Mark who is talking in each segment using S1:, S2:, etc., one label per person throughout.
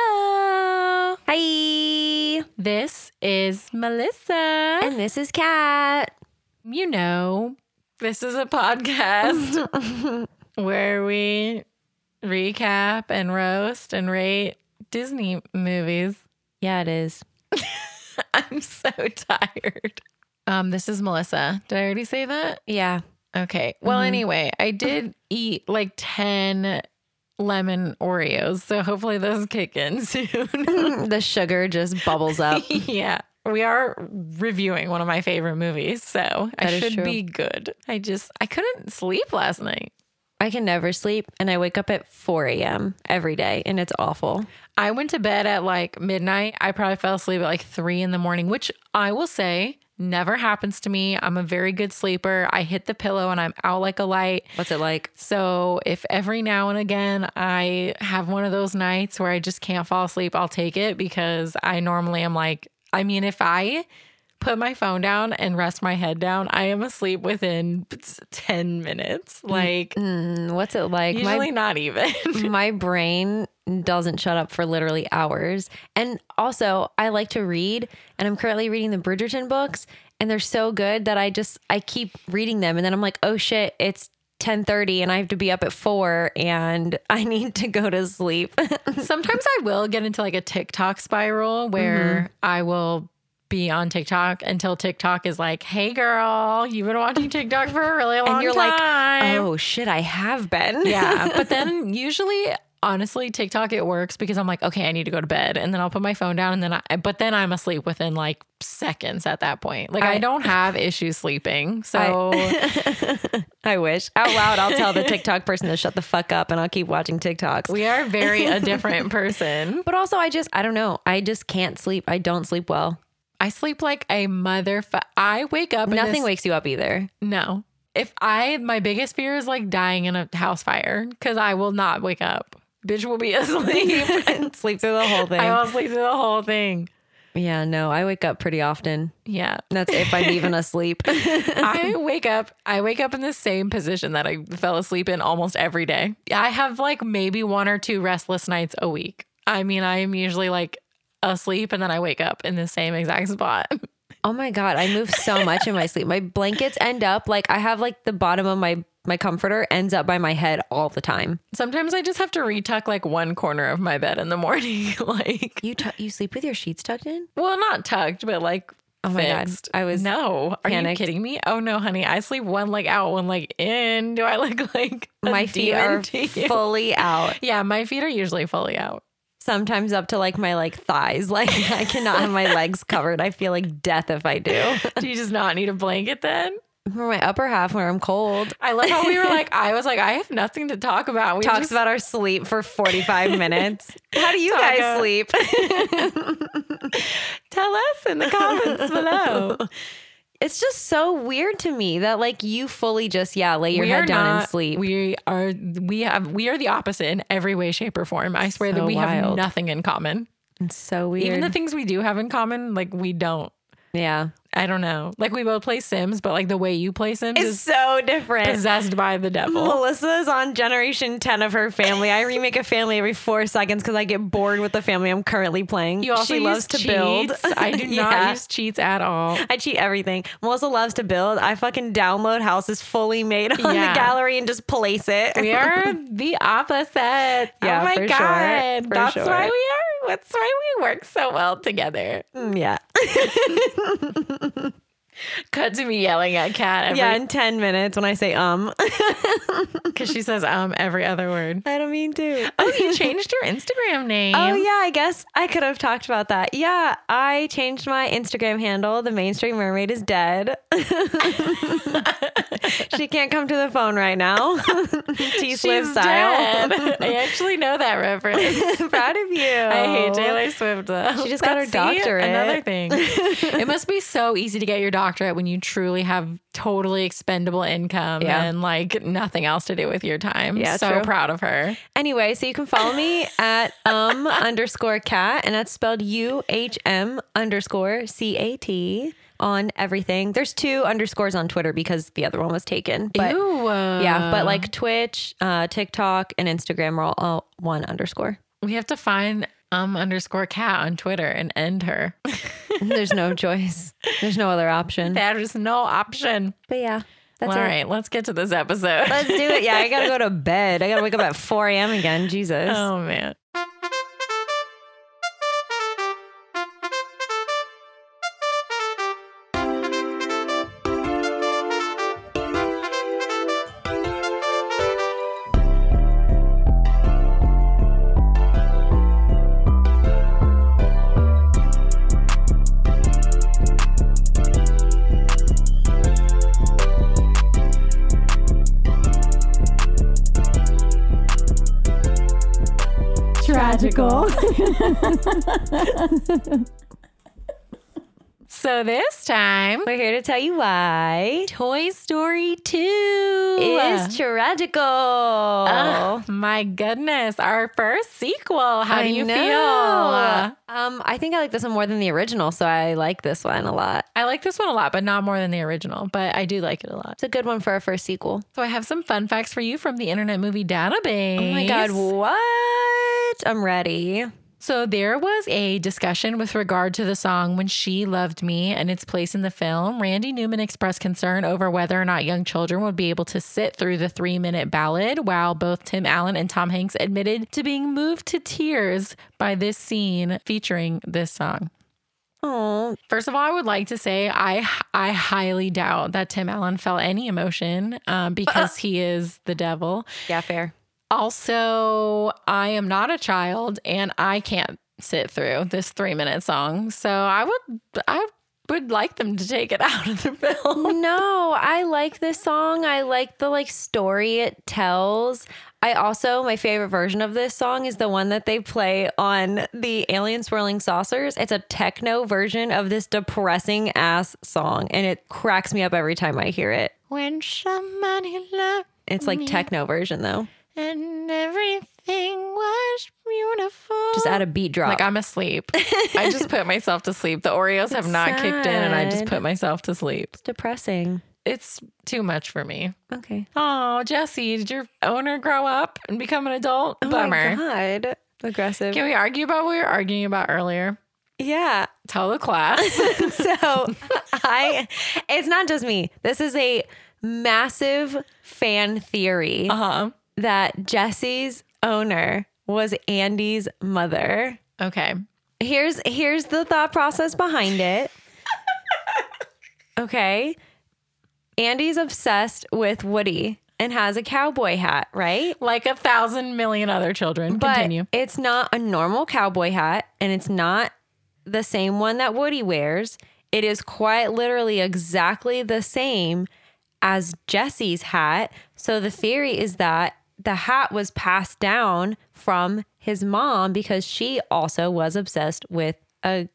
S1: Hello.
S2: Hi.
S1: This is Melissa.
S2: And this is Kat.
S1: you know, this is a podcast where we recap and roast and rate Disney movies.
S2: Yeah, it is.
S1: I'm so tired. Um, this is Melissa. Did I already say that?
S2: Yeah.
S1: Okay. Well,
S2: Mhm.
S1: anyway, I did eat like 10 lemon Oreos. So hopefully those kick in soon.
S2: the sugar just bubbles up.
S1: yeah. We are reviewing one of my favorite movies, so
S2: That
S1: I
S2: is
S1: should
S2: true.
S1: be good. I just I couldn't sleep last night.
S2: I can never sleep and I wake up at 4 a.m. every day and it's awful.
S1: I went to bed at like midnight. I probably fell asleep at like three in the morning, which I will say never happens to me. I'm a very good sleeper. I hit the pillow and I'm out like a light.
S2: What's it like?
S1: So if every now and again I have one of those nights where I just can't fall asleep, I'll take it because I normally am like, I mean, if I put my phone down and rest my head down, I am asleep within 10 minutes. Like,
S2: Mm, what's it like?
S1: usually not even.
S2: My my brain doesn't shut up for literally hours. And also, I like to read and I'm currently reading the Bridgerton books and they're so good that I just I keep reading them and then I'm like, "Oh shit, it's 10:30 and I have to be up at 4 and I need to go to sleep."
S1: Sometimes I will get into like a TikTok spiral
S2: Mm-hmm.
S1: where I will be on TikTok until TikTok is like, hey, girl, you've been watching TikTok for a really long time.
S2: you're like, Oh shit, I have been.
S1: Yeah. But then usually, honestly, TikTok, it works because I'm like, okay, I need to go to bed. And then I'll put my phone down. And then I, but then I'm asleep within like seconds at that point. Like I,
S2: I-
S1: don't have issues sleeping. So
S2: I wish. Out loud, I'll tell the TikTok person to shut the fuck up and I'll keep watching TikToks.
S1: we are very a different person.
S2: but also, I just, I don't know. I just can't sleep. I don't sleep well.
S1: I sleep like a motherfucker. I wake up. and
S2: Nothing
S1: this-
S2: wakes you up either.
S1: No. If I, my biggest fear is like dying in a house fire because I will not wake up. Bitch will be asleep.
S2: sleep through the whole thing.
S1: I will sleep through the whole thing.
S2: yeah, no, I wake up pretty often.
S1: Yeah.
S2: That's if I'm even asleep.
S1: I wake up. I wake up in the same position that I fell asleep in almost every day. I have like maybe one or two restless nights a week. I mean, I am usually like asleep and then I wake up in the same exact spot.
S2: oh my God, I move so much in my sleep. My blankets end up like I have like the bottom of my my comforter ends up by my head all the time.
S1: Sometimes I just have to retuck like one corner of my bed in the morning. like,
S2: You tu- you sleep with your sheets tucked in?
S1: well, not tucked, but like.
S2: Oh my God,
S1: fixed.
S2: I was
S1: no. Are
S2: panicked.
S1: you kidding me? Oh no, honey. I sleep one leg out, one leg in. Do I look like a
S2: My feet
S1: demon
S2: are
S1: to you?
S2: fully out.
S1: Yeah, my feet are usually fully out.
S2: sometimes up to like my like thighs. Like I cannot have my legs covered. I feel like death if I do.
S1: Do you just not need a blanket then?
S2: For my upper half where I'm cold.
S1: I love how we were like, I was like, I have nothing to talk about. We
S2: Talks
S1: just-
S2: about our sleep for 45 minutes. How do you
S1: Talk
S2: guys
S1: about-
S2: sleep?
S1: tell us in the comments below.
S2: it's just so weird to me that like you fully just yeah, lay your
S1: we are
S2: head down and
S1: not-
S2: sleep.
S1: We are we have we are the opposite in every way, shape, or form. I swear that
S2: So
S1: we have
S2: wild.
S1: nothing in common.
S2: it's so weird.
S1: Even the things we do have in common, like we don't.
S2: yeah.
S1: I don't know. Like we both play Sims, but like the way you play Sims
S2: It's
S1: is
S2: so different.
S1: possessed by the devil.
S2: Melissa is on generation 10 of her family. I remake a family every four seconds because I get bored with the family I'm currently playing.
S1: You also
S2: she loves to
S1: use
S2: build.
S1: cheats. I do not
S2: Yeah.
S1: use cheats at all.
S2: I cheat everything. Melissa loves to build. I fucking download houses fully made on
S1: Yeah.
S2: the gallery and just place it.
S1: We are the opposite.
S2: Yeah,
S1: oh my
S2: for sure.
S1: god,
S2: For
S1: that's
S2: sure.
S1: why we are. That's why we work so well together.
S2: Mm, yeah.
S1: Cut to me yelling at Kat
S2: yeah,
S1: every
S2: in 10 minutes when I say um.
S1: because she says um every other word.
S2: I don't mean to.
S1: Oh, you changed your Instagram name.
S2: Oh yeah, I guess I could have talked about that. Yeah, I changed my Instagram handle. The mainstream mermaid is dead. she can't come to the phone right now. T Swift
S1: She's
S2: style.
S1: dead. I actually know that reference.
S2: Proud of you.
S1: I hate Taylor Swift though.
S2: Oh. She just got her
S1: see,
S2: doctorate.
S1: Another thing. it must be so easy to get your doctorate when you truly have totally expendable income
S2: Yeah.
S1: and like nothing else to do with your time.
S2: Yeah,
S1: so
S2: true.
S1: proud of her.
S2: Anyway, so you can follow me at um underscore cat, and that's spelled U H M underscore C A T on everything. There's two underscores on Twitter because the other one was taken. But
S1: Ew.
S2: yeah, but like Twitch, uh, TikTok, and Instagram are all, all uh, one underscore.
S1: We have to find um underscore cat on Twitter and end her.
S2: There's no choice. There's no other option.
S1: There is no option.
S2: but yeah, that's
S1: All
S2: it.
S1: right, let's get to this episode.
S2: Let's do it. Yeah, I gotta go to bed. I gotta wake up at 4 a.m. again. Jesus.
S1: oh man.
S3: Tragical.
S1: So this time
S2: We're here to tell you why
S1: Toy Story 2
S2: is tragical.
S1: Oh my goodness, our first sequel. How
S2: uh, I
S1: do you
S2: know.
S1: feel?
S2: Um, I think I like this one more than the original, so I like this one a lot.
S1: I like this one a lot, but not more than the original, but I do like it a lot.
S2: It's a good one for our first sequel.
S1: So I have some fun facts for you from the Internet Movie Database.
S2: Oh my god, what? I'm ready.
S1: So there was a discussion with regard to the song When She Loved Me and its place in the film. Randy Newman expressed concern over whether or not young children would be able to sit through the three minute ballad, while both Tim Allen and Tom Hanks admitted to being moved to tears by this scene featuring this song.
S2: Oh,
S1: First of all, I would like to say I I highly doubt that Tim Allen felt any emotion um, because he is the devil.
S2: yeah, fair.
S1: Also, I am not a child and I can't sit through this three minute song. So I would I would like them to take it out of the film.
S2: no, I like this song. I like the like story it tells. I also my favorite version of this song is the one that they play on the Alien Swirling Saucers. It's a techno version of this depressing ass song and it cracks me up every time I hear it.
S1: When somebody loved
S2: It's like techno version though.
S1: and everything was beautiful.
S2: Just add a beat drop.
S1: like I'm asleep. I just put myself to sleep. The Oreos have not kicked in and I just
S2: sad.
S1: put myself to sleep.
S2: depressing.
S1: It's too much for me.
S2: Okay.
S1: Oh, Jesse, did your owner grow up and become an adult? Bummer.
S2: Oh my god. Aggressive.
S1: Can we argue about what we were arguing about earlier?
S2: yeah.
S1: Tell the class.
S2: so I it's not just me. This is a massive fan theory
S1: uh-huh.
S2: that Jesse's owner was Andy's mother.
S1: Okay.
S2: Here's here's the thought process behind it. Okay. Andy's obsessed with Woody and has a cowboy hat, right?
S1: Like a thousand million other children.
S2: But
S1: Continue.
S2: it's not a normal cowboy hat and it's not the same one that Woody wears. It is quite literally exactly the same as Jesse's hat. So the theory is that the hat was passed down from his mom because she also was obsessed with a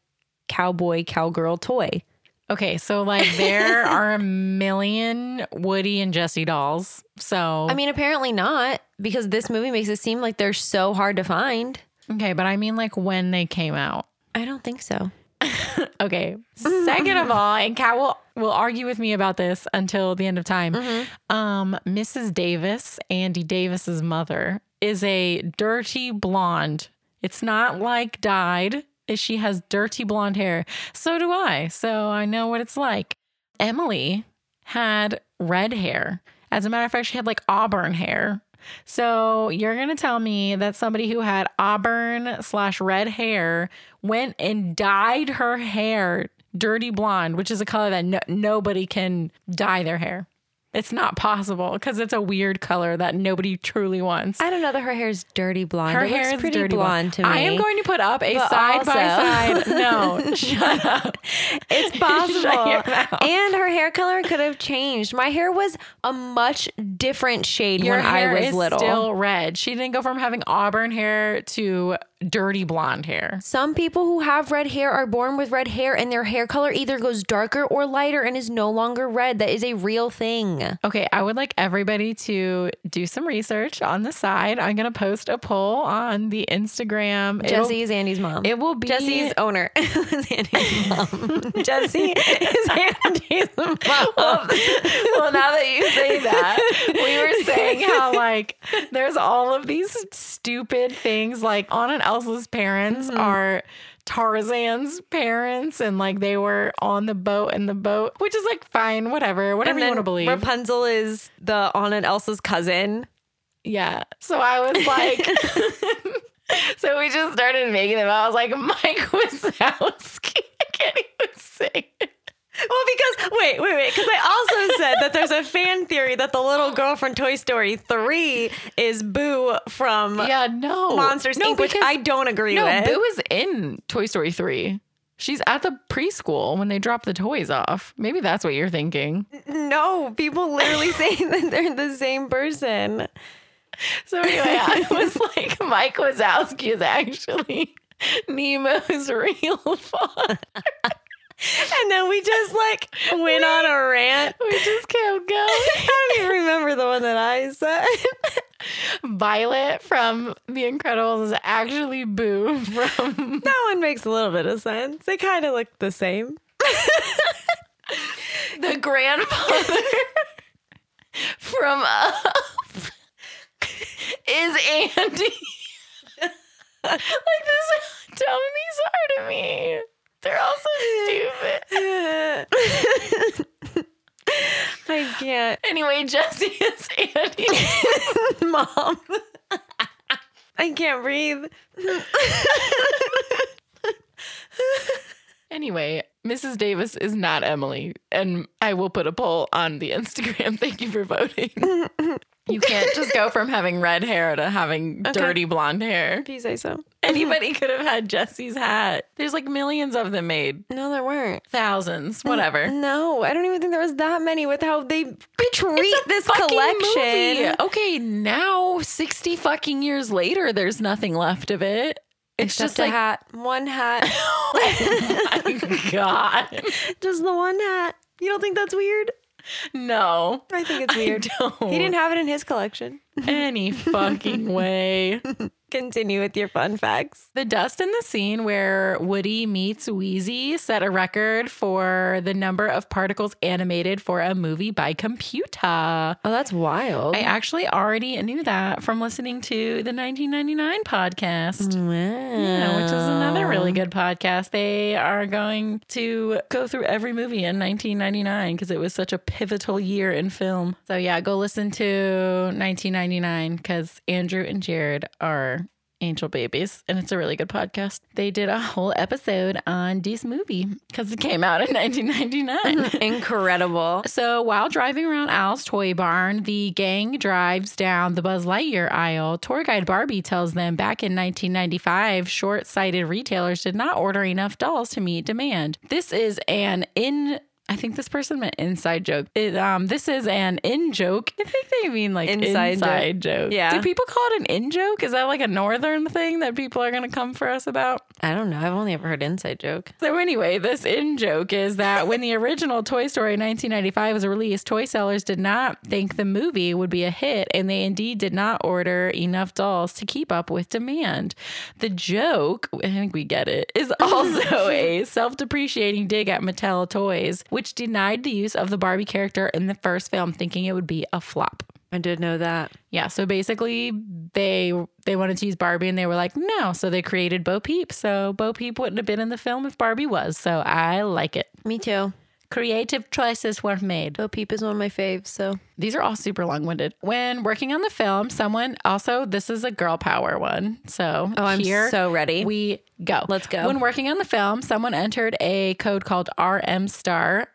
S2: cowboy cowgirl toy.
S1: Okay, so like there are a million Woody and Jesse dolls. So
S2: I mean, apparently not because this movie makes it seem like they're so hard to find.
S1: okay, but I mean like when they came out.
S2: I don't think so.
S1: Okay. Second of all, and Kat will, will argue with me about this until the end of time. Um, Mrs. Davis, Andy Davis's mother, is a dirty blonde. It's not like dyed. She has dirty blonde hair. So do I. So I know what it's like. Emily had red hair. As a matter of fact, she had like auburn hair. So you're gonna tell me that somebody who had auburn slash red hair went and dyed her hair dirty blonde, which is a color that no- nobody can dye their hair. It's not possible because it's a weird color that nobody truly wants.
S2: I don't know that her hair is dirty blonde.
S1: Her
S2: It
S1: hair
S2: looks
S1: is
S2: pretty
S1: dirty
S2: blonde, to me.
S1: I am going to put up a
S2: But
S1: side by
S2: also-
S1: side. No, shut up.
S2: It's
S1: your
S2: possible.
S1: mouth.
S2: and her hair color could have changed. My hair was a much different shade
S1: Your
S2: when
S1: hair
S2: I was
S1: is
S2: little.
S1: still red. She didn't go from having auburn hair to dirty blonde hair.
S2: Some people who have red hair are born with red hair, and their hair color either goes darker or lighter and is no longer red. That is a real thing. thing.
S1: Okay, I would like everybody to do some research on the side. I'm going to post a poll on the Instagram. It'll-
S2: Jesse is Andy's mom.
S1: It will be
S2: Jesse's owner is Andy's mom. Jesse is Andy's mom.
S1: well, well, now that you say that, we were saying how like there's all of these stupid things like Anna and Elsa's parents are Tarzan's parents, and like they were on the boat and the boat, which is like fine, whatever, whatever
S2: and
S1: you
S2: then
S1: want to believe.
S2: Rapunzel is the Anna and Elsa's cousin.
S1: yeah. So I was like. So we just started making them. I was like, Mike Wazowski. I can't even say it.
S2: Well, because wait, wait, wait, because I also said that there's a fan theory that the little girl from Toy Story 3 is Boo from
S1: Yeah, no.
S2: Monsters
S1: no,
S2: Inc., which
S1: because-
S2: I don't agree
S1: No,
S2: with.
S1: Boo is in Toy Story 3. She's at the preschool when they drop the toys off. Maybe that's what you're thinking.
S2: No, people literally saying that they're the same person.
S1: So anyway, I was like, Mike Wazowski is actually Nemo's real father.
S2: And then we just like went on a rant.
S1: We just kept going.
S2: I don't even remember the one that I said.
S1: Violet from The Incredibles is actually Boo from
S2: That one makes a little bit of sense. They kind of look the same.
S1: the grandfather from Up is Andy. like this, dumb these are to me. They're all so stupid.
S2: I can't.
S1: Anyway, Jesse is Andy.
S2: Mom. I can't breathe.
S1: anyway, Mrs. Davis is not Emily, and I will put a poll on the Instagram. Thank you for voting. You can't just go from having red hair to having dirty blonde hair.
S2: If you say so.
S1: Anybody could have had Jesse's hat. There's like millions of them made,
S2: No, there weren't.
S1: thousands, whatever.
S2: No, I don't even think there was that many with how they treat this
S1: Fucking
S2: collection.
S1: movie. Okay, now 60 fucking years later, there's nothing left of it. It's
S2: Just
S1: just like,
S2: a hat. One hat.
S1: oh my God.
S2: Just the one hat. You don't think that's weird?
S1: No.
S2: I think it's weird.
S1: I don't.
S2: He didn't have it in his collection.
S1: any fucking way.
S2: Continue with your fun facts.
S1: The dust in the scene where Woody meets Wheezy set a record for the number of particles animated for a movie by computer.
S2: Oh, that's wild.
S1: I actually already knew that from listening to the 1999 podcast.
S2: wow.
S1: Yeah, which is another really good podcast. They are going to go through every movie in 1999 because it was such a pivotal year in film. So, yeah, go listen to 1999 because Andrew and Jared are angel babies and it's a really good podcast. They did a whole episode on this movie because it came out in 1999.
S2: Mm-hmm. Incredible.
S1: So while driving around Al's toy barn, the gang drives down the Buzz Lightyear aisle. Tour guide Barbie tells them back in 1995, short sighted retailers did not order enough dolls to meet demand. This is an in. I think this person meant inside joke. It, um, this is an in joke. I think they mean like inside,
S2: Inside joke.
S1: joke.
S2: Yeah.
S1: Do people call it an in joke? Is that like a northern thing that people are going to come for us about?
S2: I don't know. I've only ever heard inside joke.
S1: So anyway, this in joke is that when the original Toy Story 1995 was released, toy sellers did not think the movie would be a hit, and they indeed did not order enough dolls to keep up with demand. The joke, I think we get it, is also a self-depreciating dig at Mattel Toys, which denied the use of the Barbie character in the first film, thinking it would be a flop.
S2: I did know that.
S1: Yeah, so basically they they wanted to use Barbie and they were like, no. So they created Bo Peep. So Bo Peep wouldn't have been in the film if Barbie was. So I like it.
S2: Me too.
S1: Creative choices weren't made.
S2: Bo Peep is one of my faves. So
S1: These are all super long winded. When working on the film, someone also, this is a girl power one. So
S2: oh, I'm
S1: here
S2: so ready.
S1: we go.
S2: Let's go.
S1: When working on the film, someone entered a code called RM star.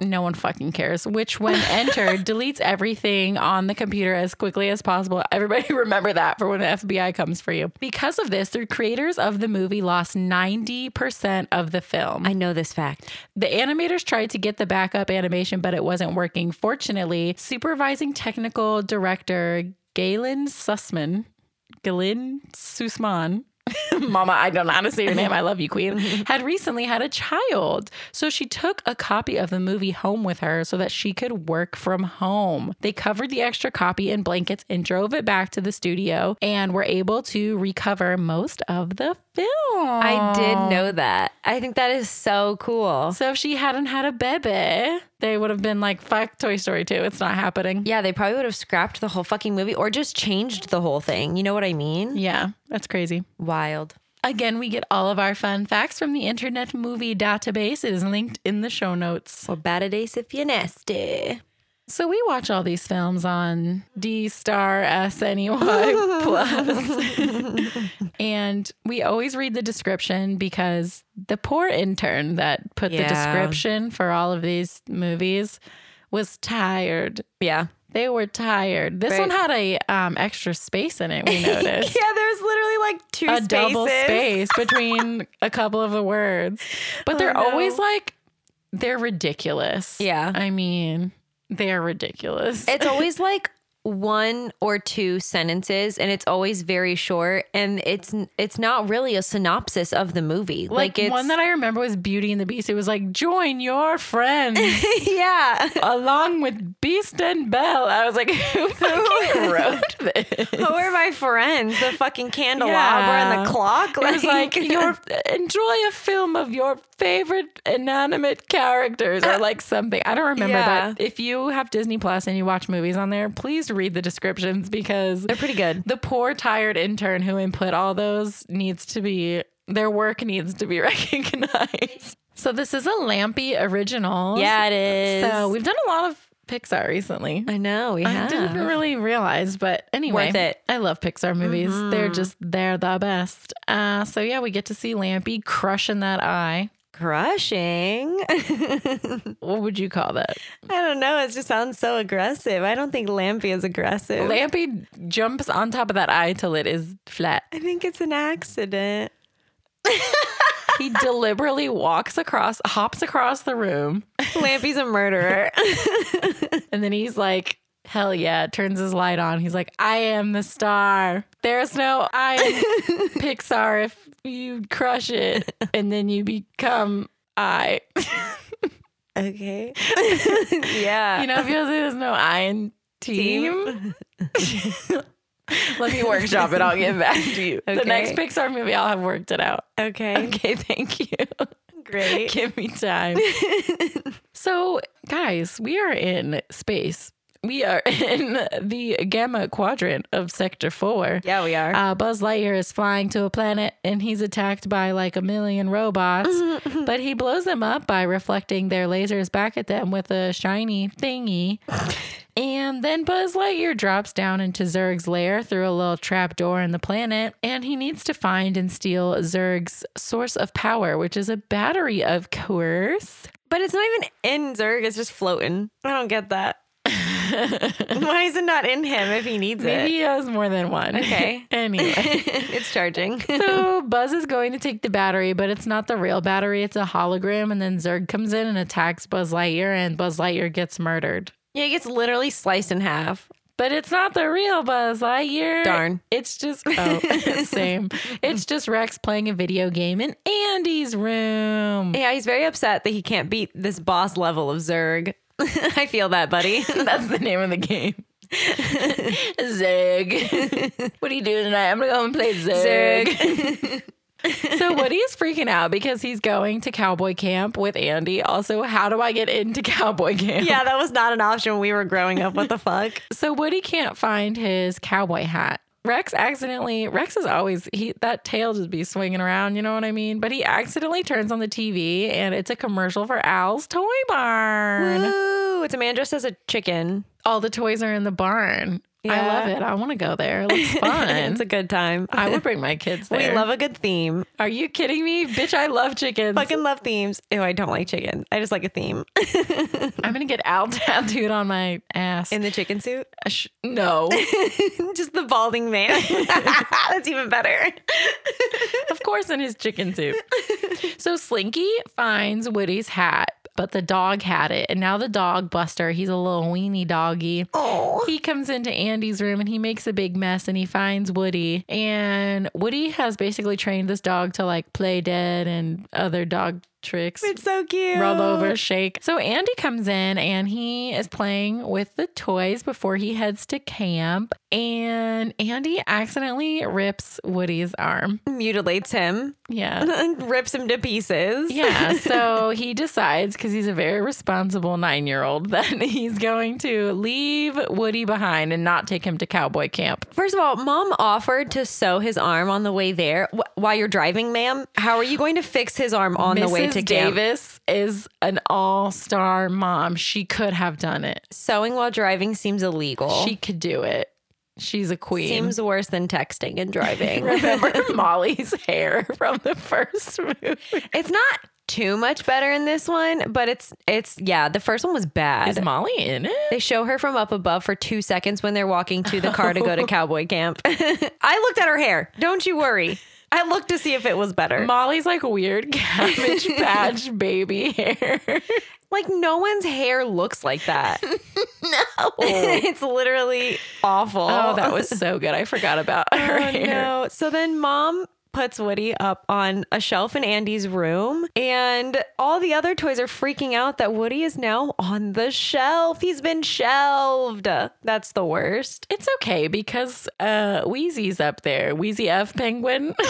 S1: No one fucking cares, which when entered deletes everything on the computer as quickly as possible. Everybody remember that for when the FBI comes for you. Because of this, the creators of the movie lost 90% of the film.
S2: I know this fact.
S1: The animators tried to get the backup animation, but it wasn't working. Fortunately, supervising technical director Galen Sussman, Galen Sussman, Mama, I don't know how to say your name. I love you, Queen. Had recently had a child. So she took a copy of the movie home with her so that she could work from home. They covered the extra copy in blankets and drove it back to the studio and were able to recover most of the film.
S2: I did know that. I think that is so cool.
S1: So if she hadn't had a bebe, they would have been like, fuck Toy Story 2. It's not happening.
S2: Yeah, they probably would have scrapped the whole fucking movie or just changed the whole thing. You know what I mean?
S1: Yeah, that's crazy.
S2: Wild.
S1: Again, we get all of our fun facts from the Internet Movie Database. It is linked in the show notes.
S2: Well, bad at ace if you nasty.
S1: So we watch all these films on D Star SNEY Plus. and we always read the description because the poor intern that put the
S2: Yeah.
S1: description for all of these movies was tired.
S2: Yeah.
S1: They were tired. This
S2: Right.
S1: one had a um, extra space in it, we noticed.
S2: Yeah, there's literally like two
S1: a double space between a couple of the words. But they're
S2: Oh, no.
S1: always like they're ridiculous.
S2: Yeah.
S1: I mean, they're ridiculous.
S2: It's always like one or two sentences and it's always very short and it's it's not really a synopsis of the movie.
S1: like
S2: Like, it's
S1: one that I remember was Beauty and the Beast. It was like, join your friends
S2: yeah.
S1: along with Beast and Belle. I was like, who fucking wrote this?
S2: Who are my friends? The fucking candelabra and
S1: Yeah.
S2: the clock?
S1: It was like your enjoy a film of your favorite inanimate characters or like something. I don't remember
S2: Yeah.
S1: that. If you have Disney Plus and you watch movies on there, please read the descriptions because
S2: They're pretty good.
S1: the poor tired intern who input all those needs to be their work needs to be recognized. So this is a Lampy original.
S2: Yeah, it is.
S1: So we've done a lot of Pixar recently.
S2: I know we
S1: I
S2: have.
S1: didn't really realize, but anyway,
S2: Worth it.
S1: I love Pixar movies. They're just they're the best. Uh, so yeah, we get to see Lampy crushing that eye.
S2: Crushing. I
S1: What would you call that?
S2: don't know. It just sounds so aggressive. I don't think Lampy is aggressive.
S1: Lampy jumps on top of that eye till it is flat.
S2: I think it's an accident.
S1: He deliberately walks across, hops across the room,
S2: Lampy's a murderer.
S1: and then he's like, "Hell yeah!" Turns his light on. He's like, "I am the star. There's no I am Pixar if you crush it, and then you become I."
S2: okay. yeah.
S1: You know, if you say there's no I in team, let me workshop it. I'll get back to you. The
S2: Okay.
S1: next Pixar movie, I'll have worked it out.
S2: Okay.
S1: Okay, thank you.
S2: Great.
S1: Give me time. so, guys, we are in space. We are in the gamma quadrant of Sector 4.
S2: yeah, we are.
S1: Uh, Buzz Lightyear is flying to a planet and he's attacked by like a million robots, but he blows them up by reflecting their lasers back at them with a shiny thingy. And then Buzz Lightyear drops down into Zurg's lair through a little trap door in the planet, and he needs to find and steal Zurg's source of power, which is a battery, of course.
S2: but it's not even in Zerg. It's just floating. I don't get that. Why is it not in him if he needs
S1: Maybe he has more than one.
S2: Okay.
S1: anyway.
S2: it? it's charging.
S1: So Buzz is going to take the battery, but it's not the real battery. It's a hologram. And then Zurg comes in and attacks Buzz Lightyear, and Buzz Lightyear gets murdered.
S2: Yeah, it gets literally sliced in half.
S1: But it's not the real Buzz Lightyear.
S2: Darn.
S1: It's just, oh, same. It's just Rex playing a video game in Andy's room.
S2: Yeah, he's very upset that he can't beat this boss level of Zerg. I feel that, buddy.
S1: That's the name of the game. Zerg. what are you doing tonight? I'm going to go and play so Woody's freaking out because he's going to cowboy camp with Andy. Also, how do I get into cowboy camp?
S2: yeah, that was not an option when we were growing up. What the fuck?
S1: So Woody can't find his cowboy hat. Rex accidentally Rex is always he that tail just be swinging around, you know what I mean? But he accidentally turns on the TV and it's a commercial for Al's toy barn.
S2: Ooh, it's a man dressed as a chicken.
S1: All the toys are in the barn. I
S2: Yeah.
S1: love it. I want to go there. It looks fun.
S2: it's a good time.
S1: I would bring my kids
S2: we
S1: there.
S2: love a good theme.
S1: Are you kidding me? Bitch, I love chickens.
S2: Fucking love themes. Ew, I don't like chicken. I just like a theme.
S1: I'm going to get Al tattooed on my ass.
S2: In the chicken suit?
S1: Uh, sh- no.
S2: just the balding man. That's even better.
S1: of course, in his chicken suit. So Slinky finds Woody's hat but the dog had it. And now the dog, Buster, he's a little weenie doggy.
S2: Oh.
S1: He comes into Andy's room and he makes a big mess and he finds Woody. And Woody has basically trained this dog to like play dead and other dog tricks.
S2: It's so cute.
S1: Roll over, shake. So Andy comes in and he is playing with the toys before he heads to camp. And Andy accidentally rips Woody's arm.
S2: Mutilates him.
S1: Yeah.
S2: Rips him to pieces.
S1: Yeah. So he decides, because he's a very responsible nine year old, that he's going to leave Woody behind and not take him to cowboy camp.
S2: First of all, mom offered to sew his arm on the way there Wh- while you're driving, ma'am. How are you going to fix his arm on the way
S1: Mrs.
S2: to camp?
S1: Davis is an all star mom. She could have done it,
S2: Sewing while driving seems illegal.
S1: she could do it. She's a queen.
S2: seems worse than texting and driving.
S1: Remember Molly's hair from the first movie?
S2: it's not too much better in this one, but it's it's yeah, the first one was bad.
S1: Is Molly in it?
S2: They show her from up above for two seconds when they're walking to the car to go to cowboy camp. I looked at her hair. Don't you worry. I looked to see if it was better.
S1: Molly's like weird cabbage patch baby hair.
S2: Like no one's hair looks like that. no, it's literally awful.
S1: Oh, that was so good. I forgot about her
S2: Oh,
S1: hair.
S2: no. So then mom puts Woody up on a shelf in Andy's room, and all the other toys are freaking out that Woody is now on the shelf. He's been shelved. That's the worst.
S1: It's okay because uh Wheezy's up there. Wheezy F Penguin.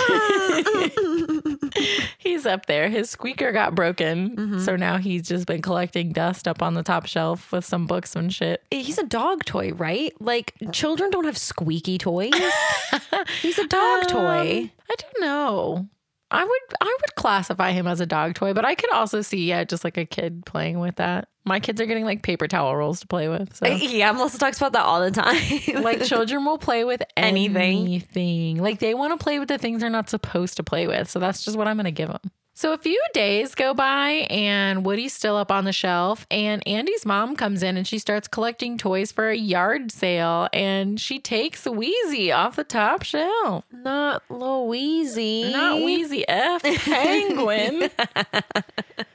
S1: he's up there. His squeaker got broken.
S2: Mm-hmm.
S1: So now he's just been collecting dust up on the top shelf with some books and shit.
S2: He's a dog toy, right? Like children don't have squeaky toys. He's a dog
S1: Um,
S2: toy.
S1: I don't know. I would I would classify him as a dog toy, but I could also see yeah, just like a kid playing with that. My kids are getting like paper towel rolls to play with. So
S2: Um, Yeah, Melissa talks about that all the time.
S1: like children will play with
S2: Anything.
S1: anything. Like they want to play with the things they're not supposed to play with. So that's just what I'm going to give them. So a few days go by and Woody's still up on the shelf and Andy's mom comes in and she starts collecting toys for a yard sale and she takes Wheezy off the top shelf.
S2: not Louise.
S1: Not Wheezy F Penguin.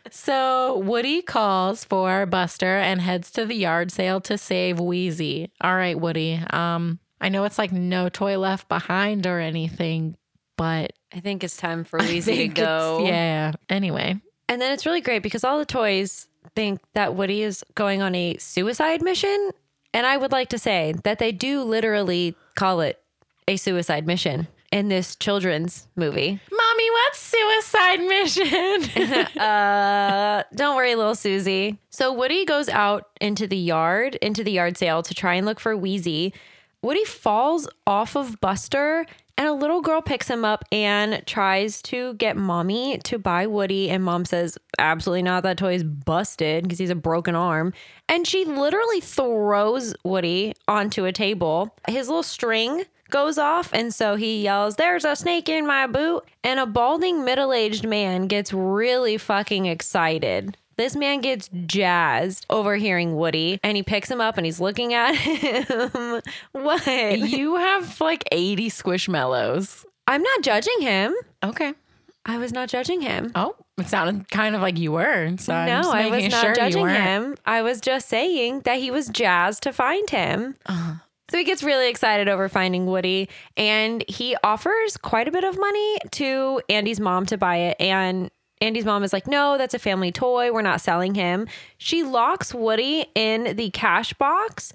S1: so Woody calls for Buster and heads to the yard sale to save Wheezy. All right, Woody. Um, I know it's like no toy left behind or anything, but
S2: I think it's time for
S1: I
S2: Wheezy to
S1: think it's-
S2: go.
S1: Yeah. Anyway,
S2: And then it's really great because all the toys think that Woody is going on a suicide mission. And I would like to say that they do literally call it a suicide mission in this children's movie.
S1: mommy, what's suicide mission?
S2: uh, don't worry, little Susie. So Woody goes out into the yard, into the yard sale to try and look for Wheezy. Woody falls off of Buster, and a little girl picks him up and tries to get mommy to buy Woody. And mom says, Absolutely not. That toy is busted because he's a broken arm. And she literally throws Woody onto a table. His little string goes off and so he yells there's a snake in my boot and a balding middle-aged man gets really fucking excited this man gets jazzed over hearing woody and he picks him up and he's looking at him what
S1: you have like 80 squishmallows.
S2: i'm not judging him
S1: Okay.
S2: i was not judging him
S1: Oh, it sounded kind of like you were. So I'm
S2: no
S1: just
S2: i was
S1: making
S2: not
S1: sure you
S2: judging
S1: weren't.
S2: him i was just saying that he was jazzed to find him
S1: Uh-huh.
S2: So he gets really excited over finding Woody and he offers quite a bit of money to Andy's mom to buy it. And Andy's mom is like, no, that's a family toy. We're not selling him. She locks Woody in the cash box.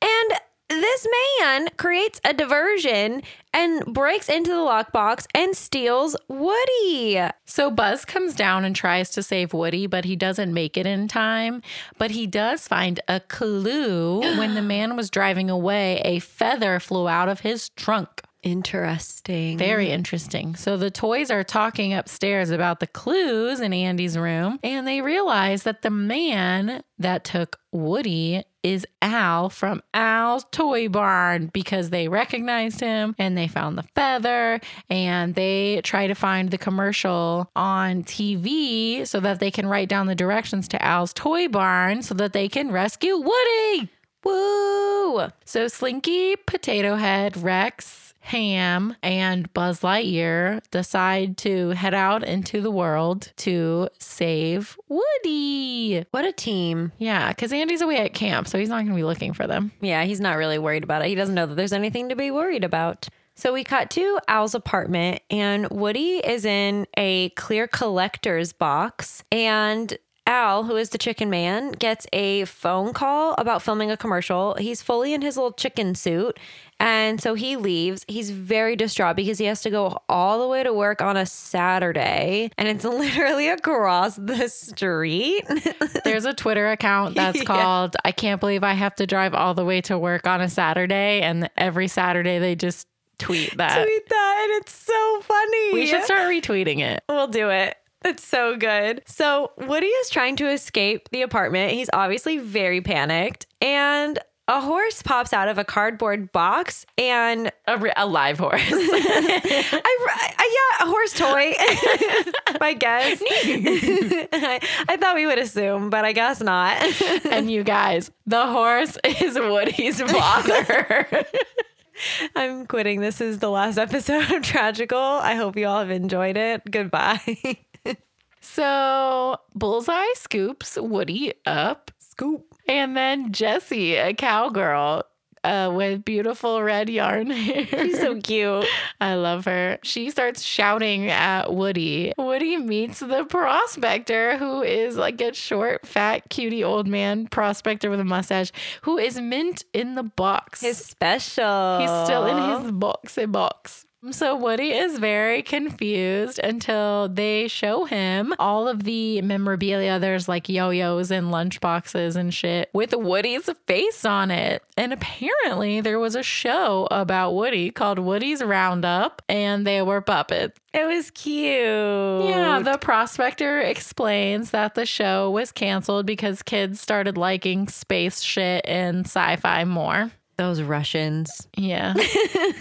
S2: And this man creates a diversion and breaks into the lockbox and steals Woody.
S1: So Buzz comes down and tries to save Woody, but he doesn't make it in time. But he does find a clue when the man was driving away, a feather flew out of his trunk.
S2: Interesting.
S1: Very interesting. So the toys are talking upstairs about the clues in Andy's room, and they realize that the man that took Woody is Al from Al's Toy Barn because they recognized him and they found the feather and they try to find the commercial on TV so that they can write down the directions to Al's Toy Barn so that they can rescue Woody.
S2: Woo.
S1: So Slinky, Potato Head, Rex, Ham and Buzz Lightyear decide to head out into the world to save Woody.
S2: What a team.
S1: Yeah, because Andy's away at camp, so he's not going to be looking for them.
S2: Yeah, he's not really worried about it. He doesn't know that there's anything to be worried about. So we cut to Al's apartment, and Woody is in a clear collector's box. And Al, who is the chicken man, gets a phone call about filming a commercial. He's fully in his little chicken suit. And so he leaves. He's very distraught because he has to go all the way to work on a Saturday, and it's literally across the street.
S1: There's a Twitter account that's
S2: Yeah.
S1: called I Can't Believe I Have to Drive All the Way to Work on a Saturday. And every Saturday they just tweet that.
S2: Tweet that, and it's so funny.
S1: We should start retweeting it.
S2: We'll do it. It's so good. So Woody is trying to escape the apartment. He's obviously very panicked. And a horse pops out of a cardboard box and
S1: A, re- a live horse.
S2: I, I- yeah, a horse toy, my guess. I, I thought we would assume, but I guess not.
S1: and you guys, the horse is Woody's father.
S2: I'm quitting. This is the last episode of Tragical. I hope you all have enjoyed it. Goodbye.
S1: so Bullseye scoops Woody up
S2: Scoop.
S1: And then Jessie, a cowgirl uh, with beautiful red yarn hair.
S2: She's so cute.
S1: I love her. She starts shouting at Woody. Woody meets the prospector, who is like a short, fat, cutie old man prospector with a mustache, who is mint in the box.
S2: His special.
S1: He's still in his boxy box. So Woody is very confused until they show him all of the memorabilia. There's like yo-yos and lunchboxes and shit with Woody's face on it. And apparently there was a show about Woody called Woody's Roundup and they were puppets.
S2: It was cute.
S1: Yeah, the prospector explains that the show was canceled because kids started liking space shit and sci-fi more.
S2: those Russians.
S1: Yeah.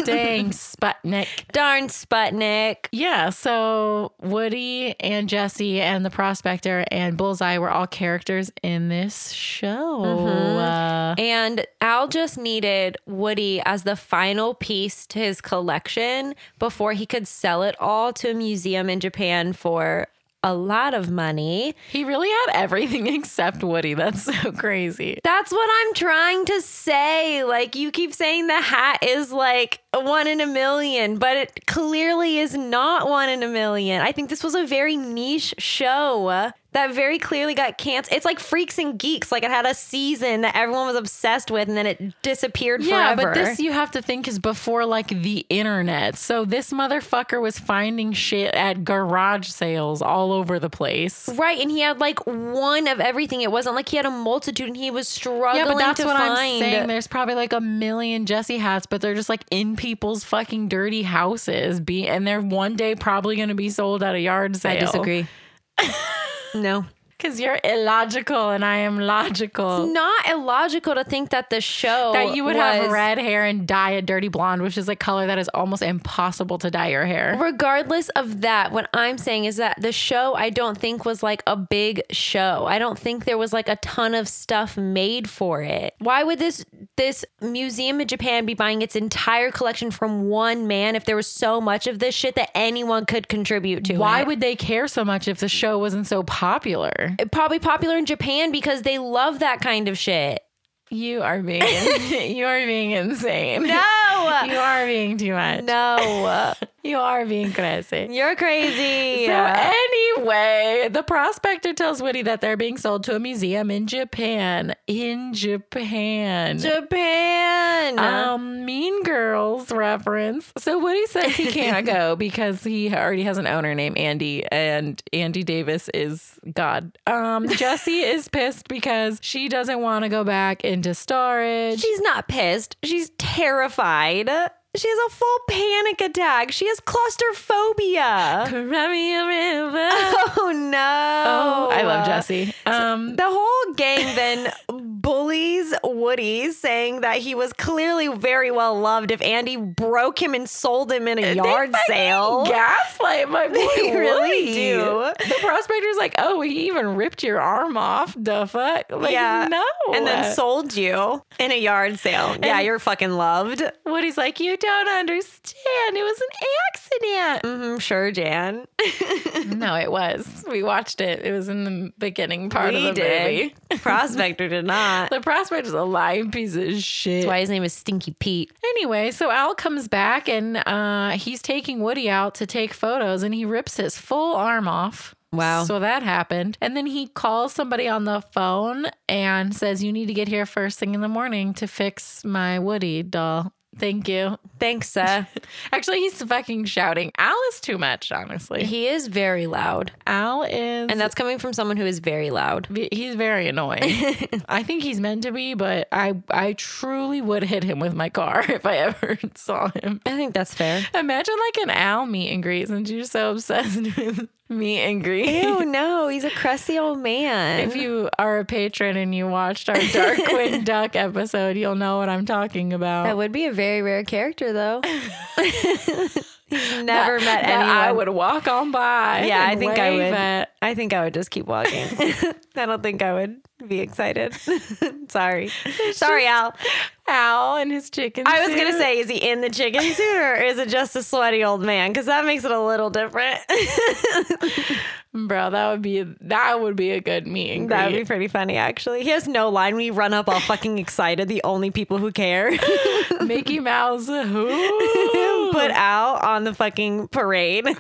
S1: Dang, Sputnik.
S2: Darn Sputnik.
S1: Yeah, so Woody and Jesse and the prospector and Bullseye were all characters in this show. Uh,
S2: And Al just needed Woody as the final piece to his collection before he could sell it all to a museum in Japan for a lot of money.
S1: he really had everything except Woody. That's so crazy.
S2: That's what I'm trying to say. Like, you keep saying the hat is like one in a million, but it clearly is not one in a million. I think this was a very niche show that very clearly got canceled. It's like Freaks and Geeks. Like, it had a season that everyone was obsessed with, and then it disappeared
S1: Yeah,
S2: forever.
S1: but this you have to think is before like the internet. So this motherfucker was finding shit at garage sales all over the place.
S2: Right, and he had like one of everything. It wasn't like he had a multitude, and he was struggling
S1: Yeah, but that's
S2: to
S1: what
S2: find.
S1: I'm saying. There's probably like a million Jesse hats, but they're just like in people's fucking dirty houses. Be and they're one day probably going to be sold at a yard sale.
S2: I disagree. no,
S1: because you're illogical and I am logical.
S2: not illogical to think that the show
S1: That you would
S2: was-
S1: have red hair and dye a dirty blonde, which is a color that is almost impossible to dye your hair.
S2: Regardless of that, what I'm saying is that the show I don't think was like a big show. I don't think there was like a ton of stuff made for it. Why would this this museum in Japan be buying its entire collection from one man if there was so much of this shit that anyone could contribute to?
S1: Why
S2: it?
S1: would they care so much if the show wasn't so popular?
S2: probably popular in Japan because they love that kind of shit.
S1: You are being you are being insane.
S2: No,
S1: You are being too much.
S2: no,
S1: You are being crazy.
S2: you're crazy.
S1: So anyway, the prospector tells Woody that they're being sold to a museum in Japan. In Japan.
S2: Japan.
S1: um, Mean Girls reference. So Woody says he can't go because he already has an owner named Andy, and Andy Davis is God. Um, Jesse is pissed because she doesn't want to go back into storage.
S2: She's not pissed. She's terrified. She has a full panic attack. She has claustrophobia.
S1: Crimea River.
S2: Oh no.
S1: Oh, I love Jesse. Um,
S2: The whole gang then bullies Woody, saying that he was clearly very well loved if Andy broke him and sold him in a yard
S1: fucking
S2: sale.
S1: gaslight my boy
S2: They really
S1: Woody.
S2: do.
S1: The prospector's like, oh, he even ripped your arm off. The fuck? Like,
S2: Yeah.
S1: no.
S2: and then sold you in a yard sale. yeah, you're fucking loved.
S1: Woody's like, you don't understand. It was an
S2: hmm sure, Jan.
S1: accident. no, it was. We watched it. It was in the beginning part
S2: we
S1: of the
S2: did.
S1: movie.
S2: Prospector did not.
S1: The prospector's a lying piece of shit.
S4: That's why his name is Stinky Pete.
S1: Anyway, so Al comes back and uh, he's taking Woody out to take photos and he rips his full arm off.
S4: Wow.
S1: So that happened. And then he calls somebody on the phone and says, You need to get here first thing in the morning to fix my Woody doll. Thank you.
S4: Thanks, uh.
S1: Actually, he's fucking shouting. Al is too much, honestly.
S4: he is very loud.
S1: Al is.
S4: And that's coming from someone who is very loud.
S1: He's very annoying. I think he's meant to be, but I I truly would hit him with my car if I ever saw him.
S4: I think that's fair.
S1: Imagine like an owl meet and greet since you're so obsessed with meet and greet.
S2: Oh no, he's a crusty old man.
S1: If you are a patron and you watched our Dark Quinn Duck episode, you'll know what I'm talking about.
S4: That would be a very rare character, though.
S2: Never met
S1: That
S2: anyone.
S1: I would walk on by.
S2: Yeah, I
S1: and
S2: think I
S1: wave
S2: would.
S1: at-
S2: I think I would just keep walking. I don't think I would be excited. Sorry. Sorry, Al.
S1: Owl and his chicken.
S2: I was going to
S1: suit.
S2: say, is he in the chicken suit or is it just a sweaty old man? Because that makes it a little different.
S1: bro, that would be that would be a good meet and
S2: that would
S1: greet.
S2: be pretty funny, actually. He has no line. We run up all fucking excited, the only people who care.
S1: Mickey Mouse. who?
S2: Put Al on the fucking parade.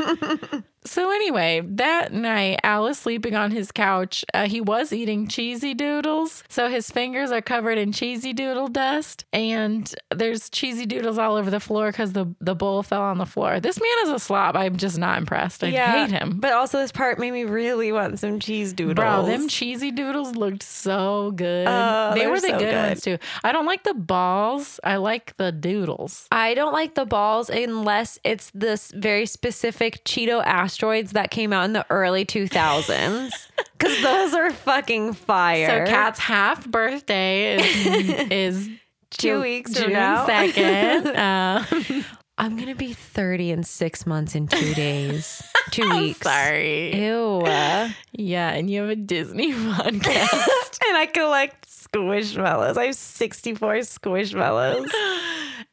S1: So anyway, that night, Al is sleeping on his couch. Uh, he was eating cheesy doodles, so his fingers are covered in cheesy doodle dust, and there's cheesy doodles all over the floor because the the bowl fell on the floor. This man is a slob. I'm just not impressed. I hate him.
S2: But also, this part made me really want some cheese doodles.
S1: Bro, them cheesy doodles looked so good.
S2: Oh,
S1: they
S2: they're
S1: were the good,
S2: so good.
S1: ones too. I don't like the balls. I like the doodles.
S4: I don't like the balls unless it's this very specific Cheeto asteroids that came out in the early 2000s.
S2: Because those are fucking fire.
S1: So Kat's half birthday is is
S2: Two weeks from
S1: June
S2: now.
S1: second. Um,
S4: I'm going to be 30 in six months in two days, 2 weeks.
S1: Sorry.
S4: Ew.
S1: Yeah, and you have a Disney podcast.
S2: and I collect squishmallows. I have 64 squishmallows.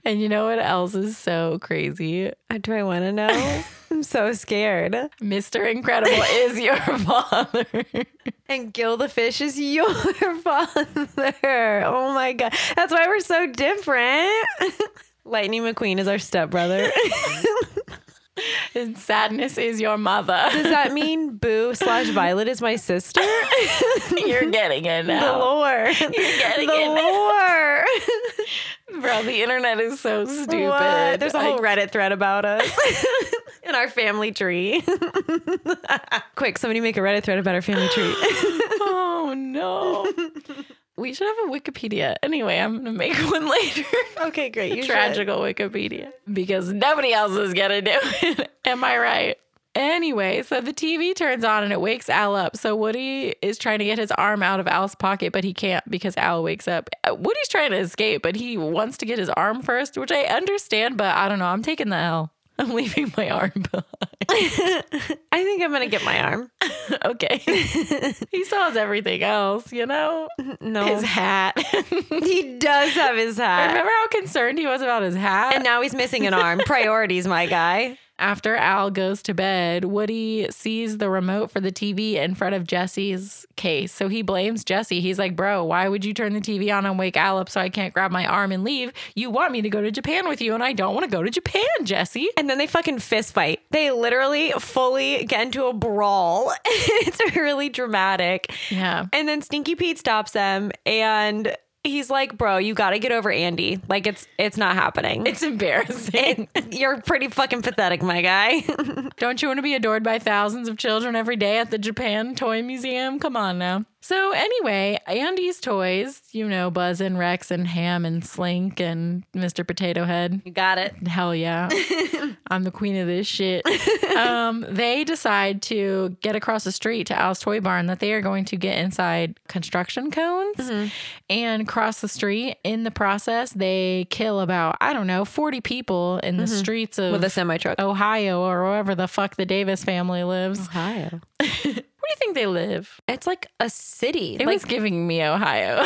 S1: and you know what else is so crazy?
S2: Uh, Do I want to know? I'm so scared.
S1: Mr. Incredible is your father.
S2: And Gil the fish is your father. Oh my god, that's why we're so different. Lightning McQueen is our stepbrother.
S1: and sadness is your mother.
S2: Does that mean Boo slash Violet is my sister?
S1: You're getting it
S2: The
S1: now.
S2: lore. You're
S1: getting
S2: the
S1: it.
S2: lore.
S1: Bro, the internet is so stupid.
S2: What? There's a
S1: Like,
S2: whole Reddit thread about us in our family tree. Quick, somebody make a Reddit thread about our family tree.
S1: oh no. we should have a Wikipedia. Anyway, I'm gonna make one later.
S2: okay, great. You should.
S1: tragical Wikipedia because nobody else is gonna do it. Am I right? Anyway, so the TV turns on and it wakes Al up. So Woody is trying to get his arm out of Al's pocket, but he can't because Al wakes up. Uh, Woody's trying to escape, but he wants to get his arm first, which I understand, but I don't know. I'm taking the L. I'm leaving my arm behind.
S2: I think I'm gonna get my arm.
S1: okay. he still has everything else, you know?
S2: No,
S1: His hat.
S2: he does have his hat.
S1: Remember how concerned he was about his hat?
S2: and now he's missing an arm. Priorities, my guy.
S1: After Al goes to bed, Woody sees the remote for the TV in front of Jesse's case. So he blames Jesse. He's like, Bro, why would you turn the TV on and wake Al up so I can't grab my arm and leave? You want me to go to Japan with you, and I don't want to go to Japan, Jesse.
S2: And then they fucking fist fight. They literally fully get into a brawl. it's really dramatic.
S1: Yeah.
S2: And then Stinky Pete stops them and he's like, "Bro, you got to get over Andy. Like it's it's not happening.
S1: It's embarrassing.
S2: You're pretty fucking pathetic, my guy."
S1: Don't you want to be adored by thousands of children every day at the Japan Toy Museum? Come on now. So, anyway, Andy's toys, you know, Buzz and Rex and Ham and Slink and Mr. Potato Head.
S2: you got it.
S1: Hell yeah. I'm the queen of this shit. Um, they decide to get across the street to Al's Toy Barn that they are going to get inside construction cones and cross the street. In the process, they kill about, I don't know, 40 people in the streets of
S3: Oh,
S4: With a semi truck.
S1: Ohio or wherever the fuck the Davis family lives.
S4: Ohio.
S1: What you think they live?
S2: It's like a city.
S1: It
S2: like
S1: was giving me Ohio.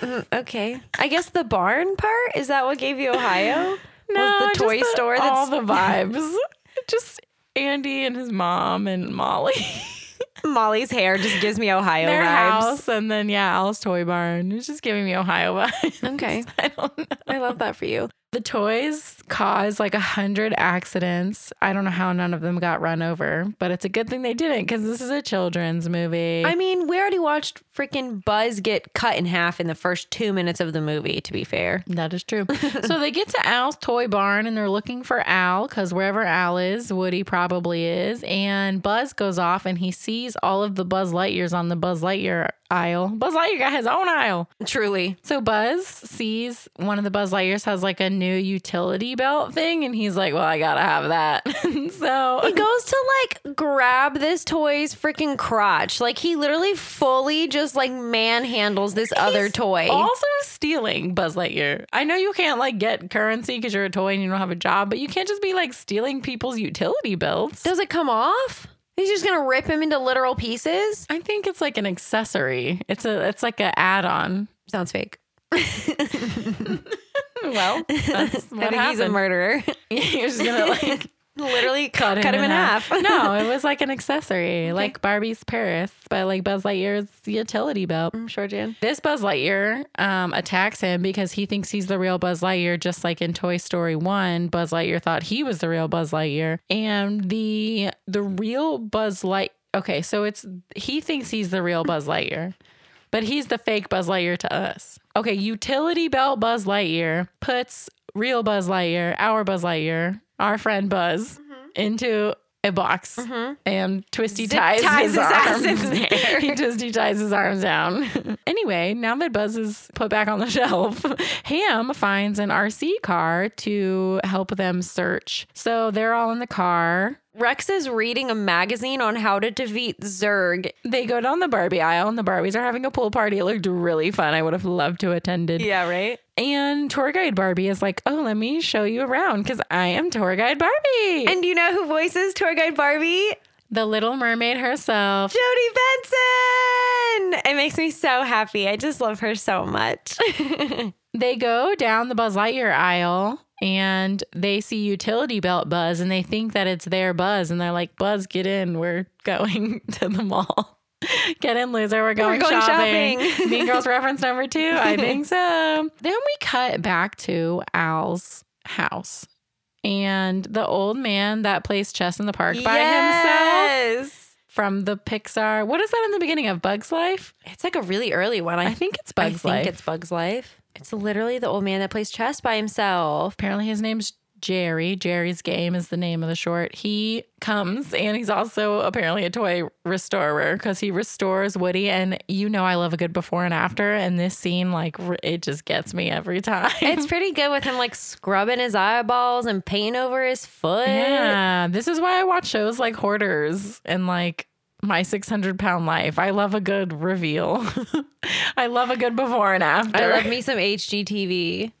S3: Mm, Okay. I guess the barn part is that what gave you Ohio? was the
S1: just
S3: toy store that's
S1: all the vibes. just Andy and his mom and Molly.
S3: Molly's hair just gives me Ohio
S1: Their
S3: vibes.
S1: house and then yeah, Al's toy barn. It's just giving me Ohio vibes.
S3: Okay.
S1: I don't know.
S3: I love that for you.
S1: The toys caused like a hundred accidents. I don't know how none of them got run over, but it's a good thing they didn't because this is a children's movie.
S3: I mean, we already watched freaking Buzz get cut in half in the first two minutes of the movie, to be fair.
S1: That is true. so they get to Al's toy barn and they're looking for Al because wherever Al is, Woody probably is. And Buzz goes off and he sees all of the Buzz Lightyears on the Buzz Lightyear aisle. Buzz Lightyear got his own aisle.
S3: Truly.
S1: So Buzz sees one of the Buzz Lightyears has like a new utility belt thing and he's like, well, I gotta have that. And so
S3: He goes to like grab this toy's freaking crotch. Like he literally fully just like manhandles this other toy.
S1: also stealing Buzz Lightyear. I know you can't like get currency because you're a toy and you don't have a job, but you can't just be like stealing people's utility belts.
S3: Does it come off? He's just gonna rip him into literal pieces.
S1: I think it's like an accessory. It's a it's like an add-on.
S3: Sounds fake.
S1: Hmm, Well, that's what
S3: I think he's a
S1: happened.
S3: murderer.
S1: You're just gonna like
S3: literally
S1: cut him, in, half.
S3: No.
S1: no, it was like an accessory, like Barbie's Paris, but like Buzz Lightyear's utility belt.
S3: I'm sure, Jan.
S1: This Buzz Lightyear um, attacks him because he thinks he's the real Buzz Lightyear, just like in Toy Story One. Buzz Lightyear thought he was the real Buzz Lightyear, and the the real Buzz Light. Okay, so it's he thinks he's the real Buzz Lightyear, but he's the fake Buzz Lightyear to us. Okay, utility belt Buzz Lightyear puts real Buzz Lightyear, our Buzz Lightyear, our friend Buzz, into a box and twisty
S3: Mm-hmm. Zip
S1: ties,
S3: ties
S1: his,
S3: his ass
S1: arms.
S3: in there.
S1: he twisty ties his arms down. anyway, now that Buzz is put back on the shelf, Ham finds an RC car to help them search. So they're all in the car.
S3: Rex is reading a magazine on how to defeat Zurg.
S1: They go down the Barbie aisle, and the Barbies are having a pool party. It looked really fun. I would have loved to attended.
S3: Yeah, right?
S1: And tour guide Barbie is like, "Oh, let me show you around because I am tour guide Barbie."
S3: And you know who voices tour guide Barbie?
S1: the Little Mermaid herself.
S3: Jodie Benson! It makes me so happy. I just love her so much.
S1: They go down the Buzz Lightyear aisle and they see utility belt Buzz and they think that it's their Buzz and they're like, Buzz, get in. We're going to the mall. Get in, loser. We're going,
S3: going
S1: shopping.
S3: shopping.
S1: mean Girls reference number two. I think so. Then we cut back to Al's house and the old man that plays chess in the park by himself
S3: yes.
S1: from the Pixar. What is that in the beginning of Bug's Life?
S2: it's like a really early one. I,
S1: I think it's
S2: I
S1: Bug's
S2: think
S1: Life.
S2: it's Bugs Life. It's literally the old man that plays chess by himself.
S1: apparently his name's Jerry. Jerry's Game is the name of the short. He comes and he's also apparently a toy restorer because he restores Woody. And you know, I love a good before and after. And this scene, like, r- it just gets me every time.
S2: It's pretty good with him like scrubbing his eyeballs and painting over his foot.
S1: yeah. This is why I watch shows like Hoarders and like My 600 Pound Life. I love a good reveal. I love a good before and after.
S2: I love me some HGTV.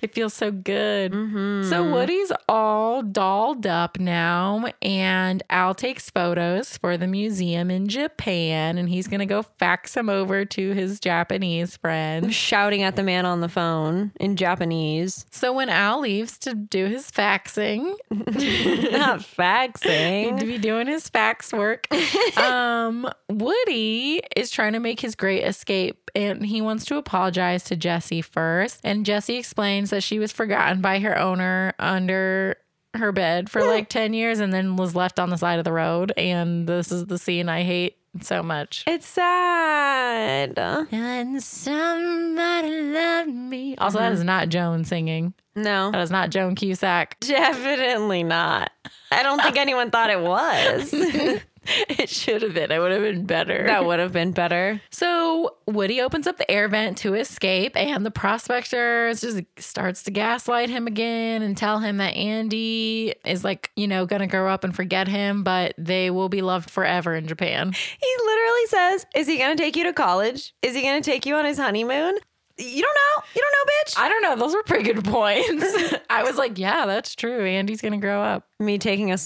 S1: It feels so good. So Woody's all dolled up now, and Al takes photos for the museum in Japan, and he's gonna go fax them over to his Japanese friend.
S2: Shouting at the man on the phone in Japanese.
S1: So when Al leaves to do his faxing,
S2: Not faxing.
S1: to be doing his fax work, um, Woody is trying to make his great escape, and he wants to apologize to Jesse first. And Jesse explains that she was forgotten by her owner under her bed for like 10 years and then was left on the side of the road. And this is the scene I hate so much.
S3: It's sad.
S1: And somebody loved me. Uh-huh. Also, that is not Joan singing.
S3: No.
S1: That is not Joan Cusack.
S3: Definitely not. I don't think anyone thought it was.
S1: It should have been. It would have been better.
S2: That would have been better.
S1: So Woody opens up the air vent to escape, and the prospector is just starts to gaslight him again and tell him that Andy is like, you know, gonna grow up and forget him, but they will be loved forever in Japan.
S3: he literally says, Is he going to take you to college? Is he going to take you on his honeymoon?
S2: You don't know. You don't know, bitch.
S1: I don't know. Those were pretty good points. I was like, yeah, that's true. Andy's going to grow up.
S2: Me taking a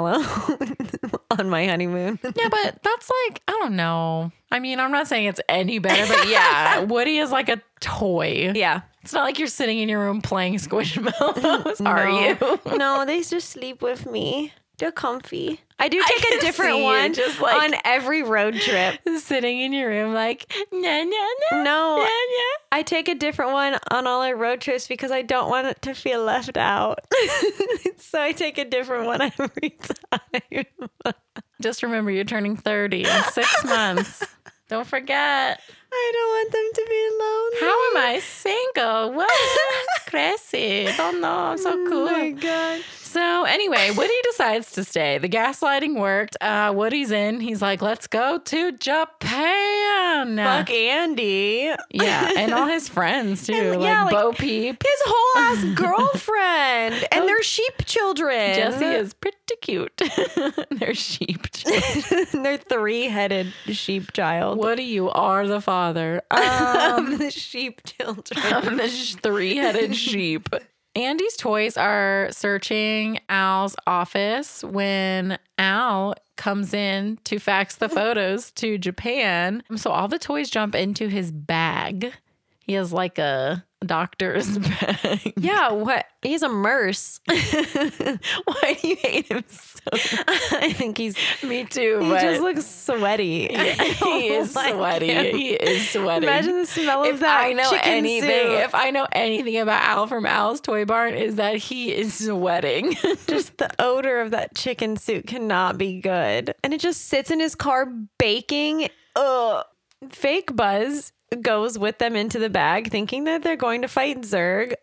S2: squishmallow on my honeymoon.
S1: Yeah, but that's like, I don't know. I mean, I'm not saying it's any better, but yeah, Woody is like a toy.
S2: Yeah.
S1: It's not like you're sitting in your room playing Squishmallows, are you?
S2: you? no, they just sleep with me. They're comfy. I do
S1: I
S2: take a
S1: can see
S2: different
S1: you
S2: one
S1: just, like-
S2: on every road trip.
S1: sitting in your room like, nah, nah, nah, nah,
S2: No,
S1: nah.
S2: I take a different one on all our road trips because I don't want it to feel left out. so I take a different one every time.
S1: Just remember, you're turning 30 in six months. Don't forget.
S2: I don't want them to
S1: How
S2: be lonely.
S1: am I single? What? Crazy. Don't know. I'm so cool.
S2: Oh my god.
S1: So anyway, Woody decides to stay. The gaslighting worked. Uh, Woody's in. He's like, let's go to Japan.
S2: Fuck Andy.
S1: Yeah, and all his friends too, like,
S2: And, yeah, like-
S1: Bo Peep.
S2: His whole ass girlfriend and their sheep children.
S1: Jesse is pretty cute. They're sheep.
S2: their three-headed sheep child.
S1: Woody, you are the father um,
S2: of the sheep children.
S1: of the sh- three-headed sheep. Andy's toys are searching Al's office when Al comes in to fax the photos to Japan. So all the toys jump into his bag. He has like a doctor's bag.
S5: Yeah, what? He's a merce.
S1: Why do you hate him so?
S2: I think he's
S1: Me too.
S2: he
S1: but
S2: just looks
S1: he
S2: sweaty.
S1: is sweaty. He is sweaty.
S2: Oh Imagine the smell
S1: if
S2: of that.
S1: I know
S2: chicken
S1: anything,
S2: soup.
S1: if I know anything about Al from Al's Toy Barn, is that he is sweating.
S2: just the odor of that chicken soup cannot be good. And it just sits in his car baking. Ugh. Fake Buzz goes with them into the bag, thinking that they're going to fight Zerg.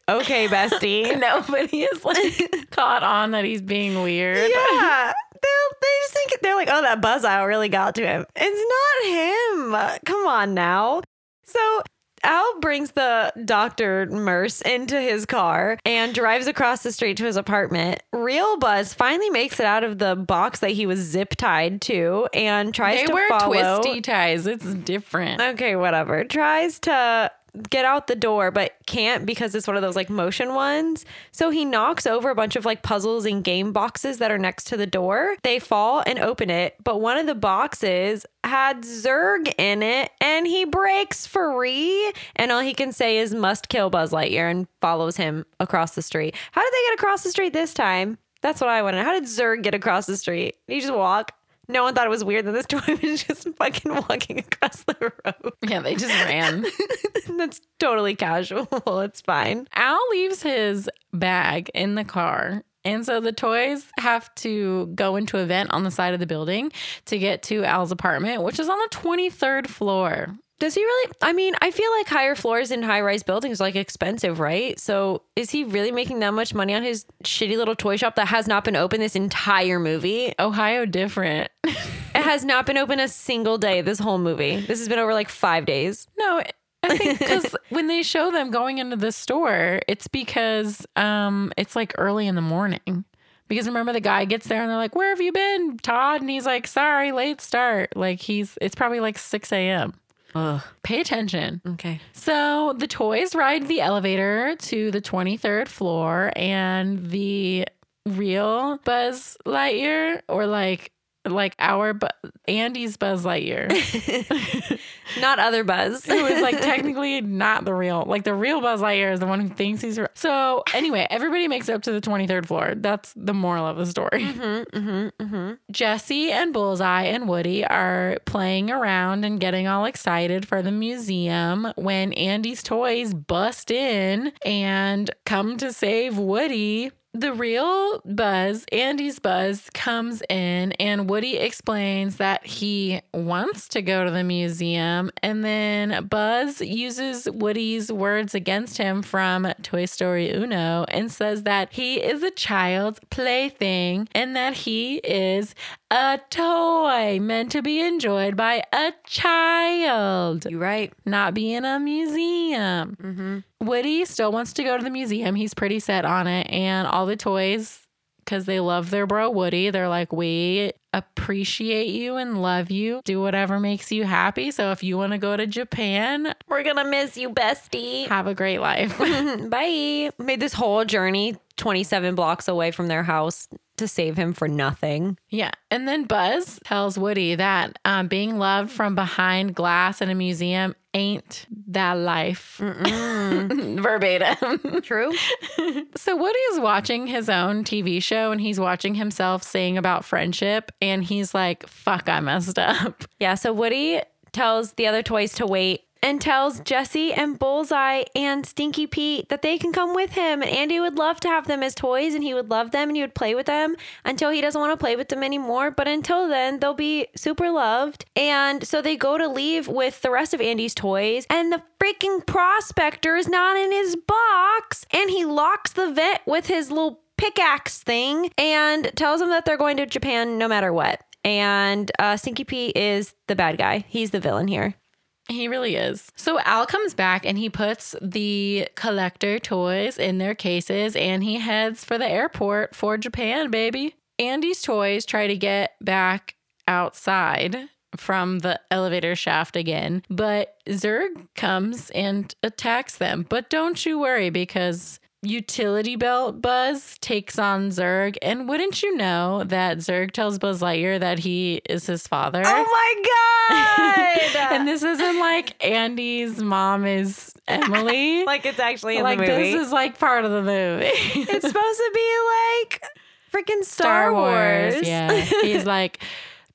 S2: Okay, bestie.
S1: Nobody is like caught on that he's being weird.
S2: yeah. They're, they just think they're like, oh, that buzz owl really got to him. It's not him. Come on now. So Al brings the Dr. Merce into his car and drives across the street to his apartment. Real Buzz finally makes it out of the box that he was zip tied to and tries
S1: They
S2: to
S1: wear
S2: follow.
S1: twisty ties. It's different.
S2: Okay, whatever. Tries to get out the door, but can't because it's one of those like motion ones. So he knocks over a bunch of like puzzles and game boxes that are next to the door. They fall and open it, but one of the boxes had Zerg in it and he breaks free. And all he can say is must kill Buzz Lightyear and follows him across the street. How did they get across the street this time? That's what I wanted. How did Zerg get across the street? Did he just walk? No one thought it was weird that this toy was just fucking walking across the road.
S1: Yeah, they just ran.
S2: That's totally casual. It's fine.
S1: Al leaves his bag in the car. And so the toys have to go into a vent on the side of the building to get to Al's apartment, which is on the 23rd floor.
S2: Does he really? I mean, I feel like higher floors in high rise buildings are like expensive, right? So is he really making that much money on his shitty little toy shop that has not been open this entire movie?
S1: Ohio different.
S2: It has not been open a single day this whole movie. This has been over like five days.
S1: No, I think because when they show them going into the store, it's because um, it's like early in the morning. Because remember, the guy gets there and they're like, "Where have you been, Todd?" And he's like, "Sorry, late start." Like he's it's probably like six a.m.
S2: Ugh.
S1: Pay attention.
S2: Okay.
S1: So the toys ride the elevator to the 23rd floor, and the real Buzz Lightyear, or like like our Bu- Andy's Buzz Lightyear,
S2: Not other Buzz. Mm-hmm,
S1: who is like technically not the real. Like the real Buzz Lightyear is the one who thinks he's real. So anyway, everybody makes it up to the 23rd floor. That's the moral of the story.
S2: Mm-hmm, mm-hmm, mm-hmm.
S1: Jesse and Bullseye and Woody are playing around and getting all excited for the museum when Andy's toys bust in and come to save Woody. The real Buzz, Andy's Buzz, comes in and Woody explains that he wants to go to the museum. And then Buzz uses Woody's words against him from Toy Story Uno and says that he is a child's plaything and that he is a toy meant to be enjoyed by a child,
S5: You're right.
S1: not be in a museum.
S2: Mm-hmm.
S1: Woody still wants to go to the museum. He's pretty set on it. And all the toys because they love their bro Woody. They're like, we appreciate you and love you. Do whatever makes you happy. So if you want to go to Japan,
S2: We're gonna miss you, bestie.
S1: have a great life.
S2: Bye. Made this whole journey 27 blocks away from their house to save him for nothing.
S1: Yeah. And then Buzz tells Woody that um, being loved from behind glass in a museum ain't that life. Verbatim.
S2: True.
S1: so Woody is watching his own TV show and he's watching himself saying about friendship. And he's like, fuck, I messed up.
S2: Yeah, so Woody tells the other toys to wait and tells Jesse and Bullseye and Stinky Pete that they can come with him. And Andy would love to have them as toys and he would love them and he would play with them until he doesn't want to play with them anymore. But until then, they'll be super loved. And so they go to leave with the rest of Andy's toys. And the freaking prospector is not in his box. And he locks the vent with his little pickaxe thing and tells them that they're going to Japan no matter what. And uh, Stinky Pete is the bad guy. He's the villain here.
S1: He really is. So Al comes back and he puts the collector toys in their cases and he heads for the airport for Japan, baby. Andy's toys try to get back outside from the elevator shaft again, but Zerg comes and attacks them. But don't you worry because utility belt Buzz takes on Zerg. And wouldn't you know that Zerg tells Buzz Lightyear that he is his father?
S2: Oh my
S1: and this isn't like Andy's mom is Emily.
S2: like it's actually in
S1: Like,
S2: the movie.
S1: this is like part of the movie.
S2: it's supposed to be like freaking Star, Wars.
S1: Yeah. He's like,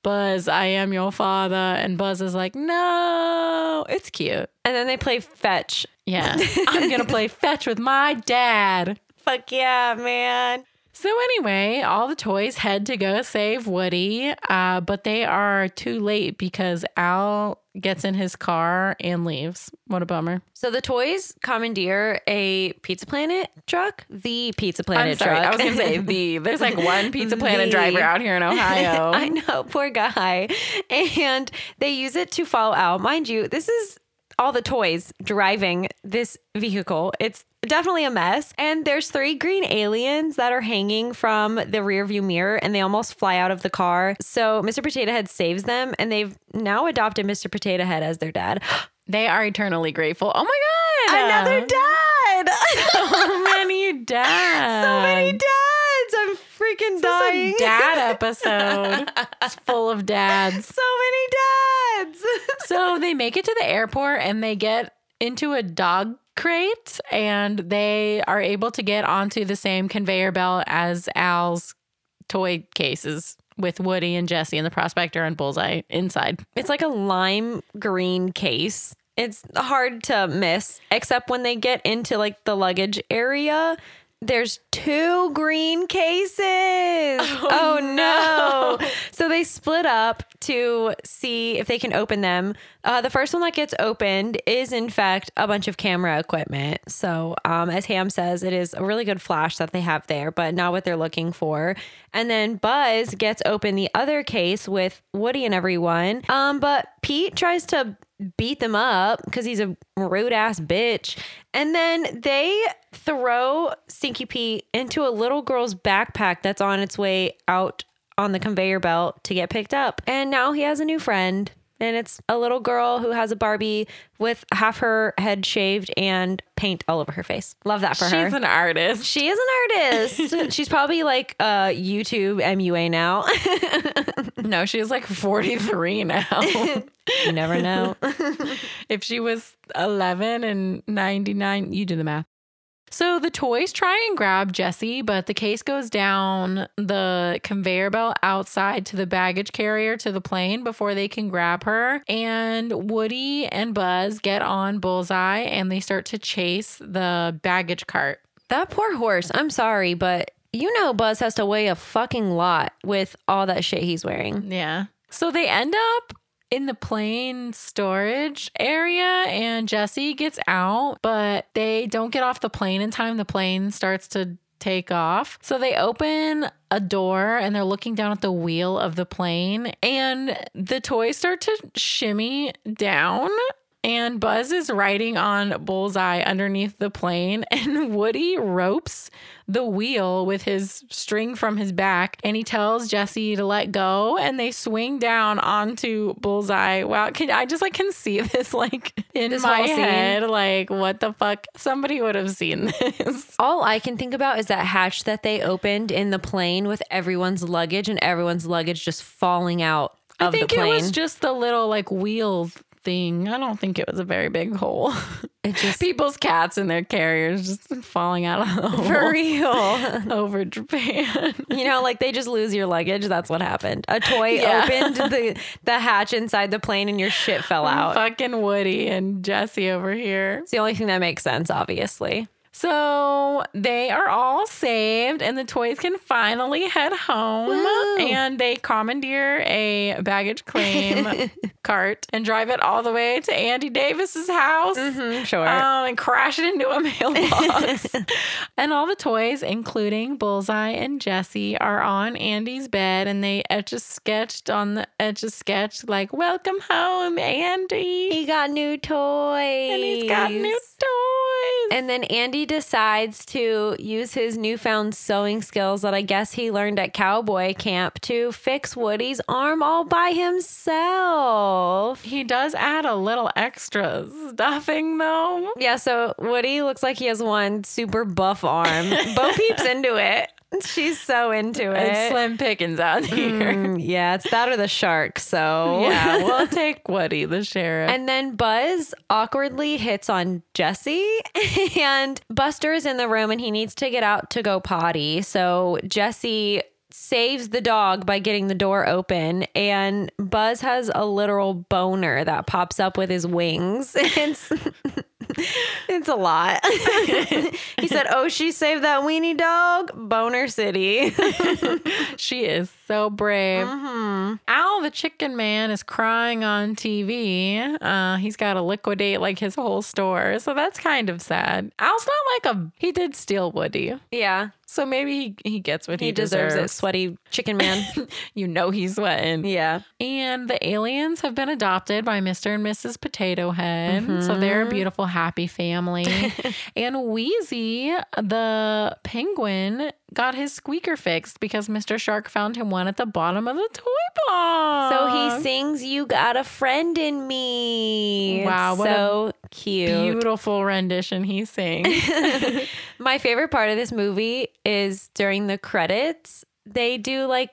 S1: Buzz, I am your father. And Buzz is like, no, it's cute.
S2: And then they play fetch.
S1: Yeah. I'm going to play fetch with my dad.
S2: Fuck yeah, man.
S1: So, anyway, all the toys head to go save Woody, uh, but they are too late because Al gets in his car and leaves. What a bummer.
S2: So the toys commandeer a Pizza Planet truck, the Pizza Planet truck.
S1: I was gonna say the. There's like one Pizza Planet
S2: The.
S1: driver out here in Ohio.
S2: I know, poor guy. And they use it to follow out. Mind you, this is all the toys driving this vehicle. It's definitely a mess. And there's three green aliens that are hanging from the rearview mirror and they almost fly out of the car. So Mr. Potato Head saves them and they've now adopted Mr. Potato Head as their dad.
S1: they are eternally grateful. Oh my god!
S2: Another dad.
S1: So many dads.
S2: so many dads. I'm freaking
S1: It's Um, a
S2: dying.
S1: dad episode. it's full of dads.
S2: so many dads.
S1: So they make it to the airport and they get into a dog crate and they are able to get onto the same conveyor belt as Al's toy cases with Woody and Jesse and the prospector and Bullseye inside.
S2: It's like a lime green case. It's hard to miss, except when they get into like the luggage area. There's two green cases. Oh, no. So they split up to see if they can open them. Uh, the first one that gets opened is, in fact, a bunch of camera equipment. So, um, as Ham says, it is a really good flash that they have there, but not what they're looking for. And then Buzz gets open the other case with Woody and everyone. Um, but Pete tries to beat them up because he's a rude ass bitch. And then they throw Stinky Pete into a little girl's backpack that's on its way out on the conveyor belt to get picked up. And now he has a new friend. And it's a little girl who has a Barbie with half her head shaved and paint all over her face. Love that for her.
S1: She's an artist.
S2: she is an artist. She's probably like uh, YouTube MUA now.
S1: No, she's like 43 now.
S2: you never know.
S1: if she was 11 and 99, you do the math. So the toys try and grab Jesse, but the case goes down the conveyor belt outside to the baggage carrier to the plane before they can grab her. And Woody and Buzz get on Bullseye and they start to chase the baggage cart.
S2: That poor horse. I'm sorry, but you know Buzz has to weigh a fucking lot with all that shit he's wearing.
S1: Yeah. So they end up in the plane storage area and Jesse gets out, but they don't get off the plane in time. The plane starts to take off. So they open a door and they're looking down at the wheel of the plane and the toys start to shimmy down And Buzz is riding on Bullseye underneath the plane, and Woody ropes the wheel with his string from his back, and he tells Jesse to let go, and they swing down onto Bullseye. Wow, can I just like can see this like in
S2: This
S1: my
S2: whole scene?
S1: head? Like, what the fuck? Somebody would have seen this.
S2: All I can think about is that hatch that they opened in the plane with everyone's luggage and everyone's luggage just falling out
S1: I
S2: of
S1: think
S2: the
S1: it
S2: plane.
S1: was just the little like wheel thing. I don't think it was a very big hole.
S2: It just-
S1: People's cats and their carriers just falling out of the hole.
S3: For real.
S1: over Japan.
S3: You know, like they just lose your luggage. That's what happened. A toy
S1: Yeah.
S3: opened the, the hatch inside the plane and your shit fell out.
S1: Fucking Woody and Jesse over here.
S3: It's the only thing that makes sense, obviously.
S1: So they are all saved, and the toys can finally head home. And they commandeer a baggage claim cart and drive it all the way to Andy Davis's house.
S2: Mm-hmm.
S3: Sure.
S2: Uh,
S1: Um, and crash it into a mailbox. and all the toys, including Bullseye and Jesse, are on Andy's bed and they etch a sketched on the etch a sketch, like, Welcome home, Andy.
S2: he got new toys.
S1: And he's got new toys.
S2: And then Andy decides to use his newfound sewing skills that I guess he learned at cowboy camp to fix Woody's arm all by himself.
S1: he does add a little extra stuffing though.
S3: yeah, so Woody looks like he has one super buff arm. Bo peeps into it. She's so into
S1: It's
S3: it.
S1: slim pickings out here.
S3: Mm, yeah, it's that or the shark. So
S1: Yeah, we'll take Woody the sheriff.
S2: And then Buzz awkwardly hits on Jesse, and Buster is in the room and he needs to get out to go potty. So Jesse saves the dog by getting the door open, and Buzz has a literal boner that pops up with his wings. It's
S3: it's a lot. he said, "Oh, she saved that weenie dog, Boner City."
S1: She is so brave. Al the chicken man is crying on TV. Uh, he's got to liquidate like his whole store. So that's kind of sad. Al's not like a, he did steal Woody.
S3: yeah,
S1: So maybe he, he gets what he,
S3: he, deserves, it.
S1: Sweat.
S3: Sweaty chicken man.
S1: You know he's sweating.
S3: yeah,
S1: And the aliens have been adopted by Mr. and Mrs. Potato Head. So they're a beautiful, happy family. and Wheezy, the penguin, got his squeaker fixed because Mr. Shark found him one at the bottom of the toy
S2: so
S1: box.
S2: he sings "You Got a Friend in Me." It's
S1: Wow, what a
S2: so cute.
S1: Beautiful rendition he sings.
S2: My favorite part of this movie is during the credits, they do like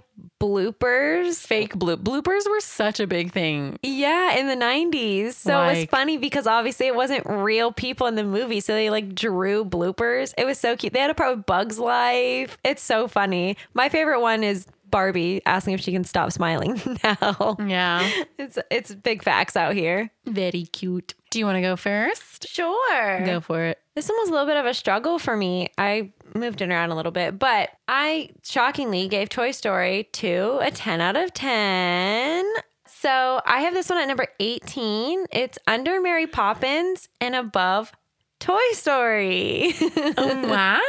S2: bloopers.
S1: Fake bloop. Bloopers were such a big thing.
S2: Yeah, in the 90s. So it was
S1: Like-
S2: funny because obviously it wasn't real people in the movie. So they like drew bloopers. It was so cute. They had a part with Bugs Life.
S3: it's so funny. My favorite one is Barbie asking if she can stop smiling now.
S1: Yeah.
S3: It's it's big facts out here.
S1: Very cute. Do you want to go first?
S3: Sure.
S1: Go for it.
S3: This one was a little bit of a struggle for me. I moved it around a little bit, but I shockingly gave Toy Story 2 a 10 out of 10. So I have this one at number 18. It's under Mary Poppins and above Toy Story.
S1: wow.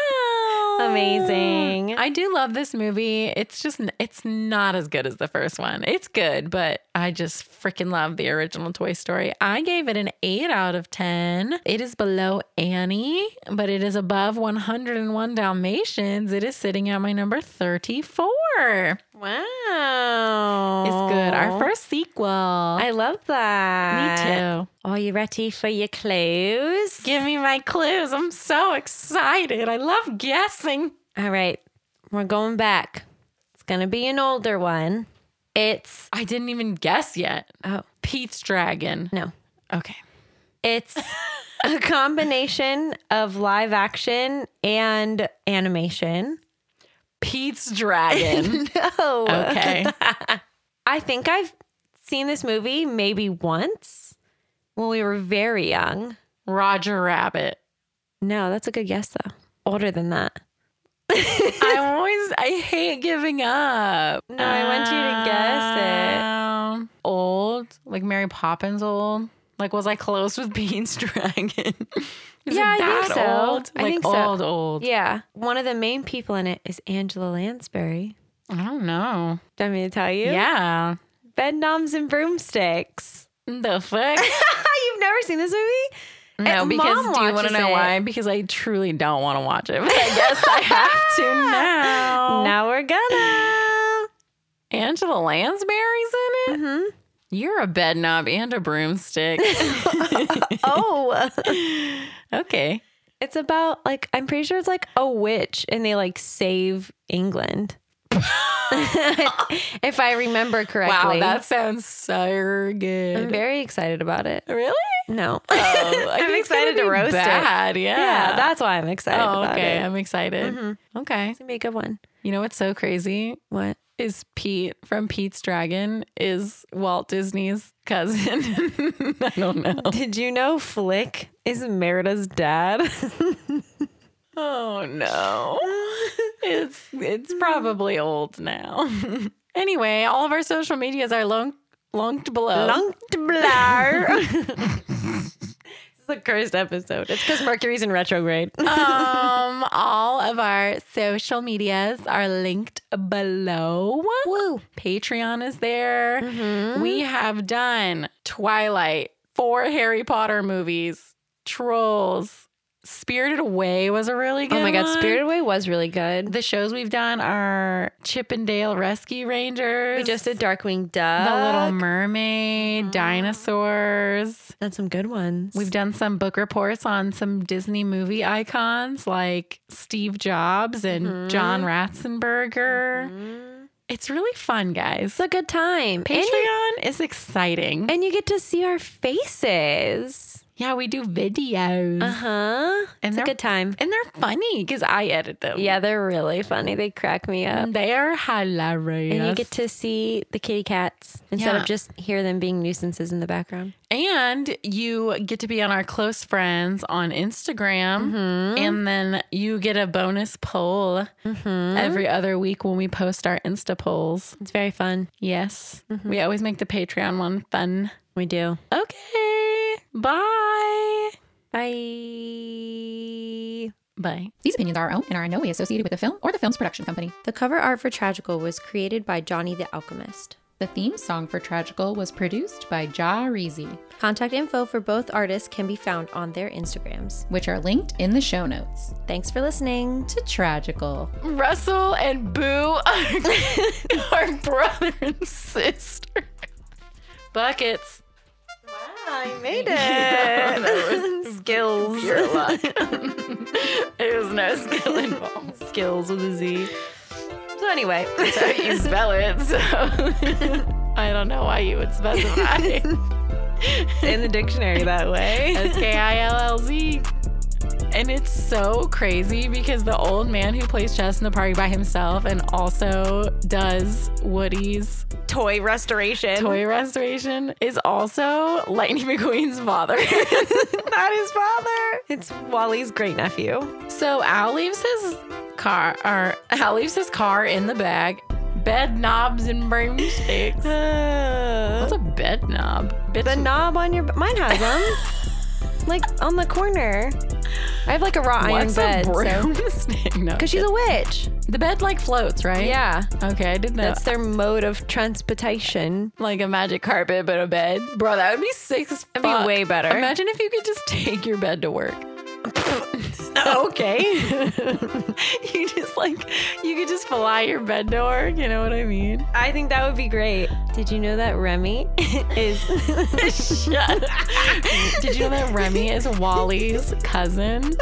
S3: Amazing.
S1: I do love this movie. It's just it's not as good as the first one. It's good, but I just freaking love the original Toy Story. I gave it an 8 out of 10. It is below Annie, but it is above 101 Dalmatians. It is sitting at my number 34.
S3: wow.
S1: It's good. Our first sequel.
S3: I love that.
S1: Me too.
S3: Are you ready for your clues?
S1: Give me my clues. I'm so excited. I love guessing.
S3: All right. We're going back. It's going to be an older one. It's
S1: I didn't even guess yet.
S3: Oh.
S1: Pete's Dragon.
S3: no.
S1: Okay.
S3: It's a combination of live action and animation.
S1: Pete's Dragon.
S3: No.
S1: okay.
S3: I think I've seen this movie maybe once when we were very young.
S1: Roger Rabbit.
S3: No, that's a good guess though. Older than that.
S1: I'm always, I hate giving up.
S3: No, I want you to guess it.
S1: Um, old, like Mary Poppins old. Like, was I close with Pete's Dragon? Is
S3: Yeah, I
S1: it
S3: think
S1: that
S3: so.
S1: old?
S3: I
S1: like
S3: think so.
S1: old, old.
S3: Yeah. One of the main people in it is Angela Lansbury.
S1: I don't know.
S3: Do you want me to tell you?
S1: Yeah.
S3: Bed knobs and broomsticks.
S1: The fuck?
S3: You've
S2: never seen this movie?
S1: No,
S2: And
S1: because
S2: Mom
S1: do you want
S2: watches
S1: to know
S2: it.
S1: why? Because I truly don't want to watch it. But I guess I have to now.
S2: Now we're gonna.
S1: Angela Lansbury's in it.
S3: Mm-hmm.
S2: Mhm.
S1: You're a bed knob and a broomstick.
S2: Oh,
S1: okay.
S2: it's about like I'm pretty sure it's like a witch, and they like save England. if I remember correctly,
S1: Wow, that sounds so good.
S2: I'm very excited about it.
S1: really?
S2: No,
S1: Oh, I
S2: I'm
S1: think it's gonna
S2: excited to
S1: be
S2: roast it.
S1: bad. Yeah.
S2: Yeah, that's why I'm excited
S1: Oh,
S2: about
S1: okay.
S2: it.
S1: I'm excited. Okay.
S2: It's gonna be a good one.
S1: You know what's so crazy
S2: What?
S1: is Pete from Pete's Dragon is Walt Disney's cousin. I don't know.
S2: Did you know Flick is Merida's dad?
S1: Oh no. it's it's probably old now. anyway, all of our social medias are lunk, lunked below.
S2: Lunked blar. this is the cursed episode. It's because Mercury's in retrograde.
S1: um, all of our social medias are linked below. Woo. Patreon is there.
S2: Mm-hmm.
S1: We have done Twilight, four Harry Potter movies, Trolls, Spirited Away was a really good
S6: Oh my God,
S1: one.
S6: Spirited Away was really good.
S1: The shows we've done are Chippendale Rescue Rangers.
S2: We just did Darkwing
S1: The
S2: Duck.
S1: Little Mermaid, dinosaurs.
S2: That's some good ones.
S1: We've done some book reports on some Disney movie icons like Steve Jobs and
S2: Mm-hmm.
S1: John Ratzenberger. It's really fun, guys.
S2: It's a good time. And you,
S1: Patreon is exciting.
S2: and you get to see our faces.
S1: yeah, we do videos.
S2: Uh huh.
S1: Uh-huh. And
S2: It's a
S1: they're-
S2: good time.
S1: And they're funny because I edit them.
S2: Yeah, they're really funny. They crack me up.
S1: And They are hilarious.
S2: And you get to see the kitty cats instead
S1: Yeah.
S2: of just hear them being nuisances in the background.
S1: And you get to be on our close friends on Instagram.
S2: Mm-hmm.
S1: And then you get a bonus poll
S2: Mm-hmm.
S1: every other week when we post our Insta polls.
S2: It's very fun.
S1: Yes. We always make the Patreon one fun.
S2: Mm-hmm. We do.
S1: Okay. Bye.
S2: Bye.
S1: Bye.
S7: These opinions are our own and are in no way associated with the film or the film's production company.
S6: The cover art for Tragical was created by Johnny the Alchemist.
S7: The theme song for Tragical was produced by Ja Reezy,
S6: Contact info for both artists can be found on their Instagrams.
S7: which are linked in the show notes.
S6: Thanks for listening.
S7: To Tragical.
S1: Russell and Boo are, are brother and sister. Buckets.
S2: I Ah, made it. Skills.
S1: Pure luck. There's no skill involved.
S2: Skills with a Z. So anyway,
S1: you spell it, so I don't know why you would specify.
S2: in the dictionary that way.
S1: S K I L L Z. And it's so crazy because the old man who plays chess in the party by himself and also does Woody's
S2: Toy restoration.
S1: toy restoration is also Lightning McQueen's father.
S2: Not his father. It's Wally's great nephew.
S1: So Al leaves his car, or Al leaves his car in the bag, bed knobs and broomsticks. What's
S2: Uh,
S1: a bed knob? Bitch,
S2: the knob on your mine has them. like on the corner. I have like a raw iron
S1: what's
S2: bed.
S1: a
S2: Because
S1: broomstick? No,
S2: she's a witch.
S1: the bed like floats, right?
S2: Yeah.
S1: Okay, I didn't know.
S2: That's their mode of transportation.
S1: like a magic carpet, but a bed, bro. That would be six.
S2: That'd be
S1: fuck.
S2: way better.
S1: Imagine if you could just take your bed to work.
S2: okay.
S1: you just like you could just fly your bed to work. You know what I mean?
S2: I think that would be great. Did you know that Remy is
S1: Shut. Did you know that Remy is Wally's cousin?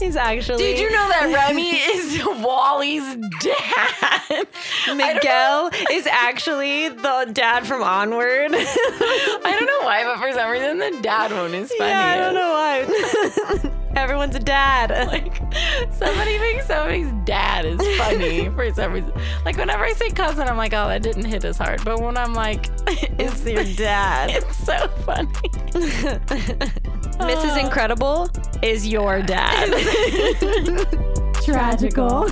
S2: is actually
S1: Did you know that Remy is Wally's dad?
S2: Miguel is actually the dad from Onward?
S1: I don't know why, but for some reason the dad one is funny.
S2: yeah, I don't know why. Everyone's a dad.
S1: Like somebody thinks somebody's dad is funny for some reason. Like whenever I say cousin, I'm like, oh, that didn't hit as hard. But when I'm like, it's
S2: It's your dad.
S1: it's so funny. uh,
S2: Mrs. Incredible is your dad.
S7: Tragical.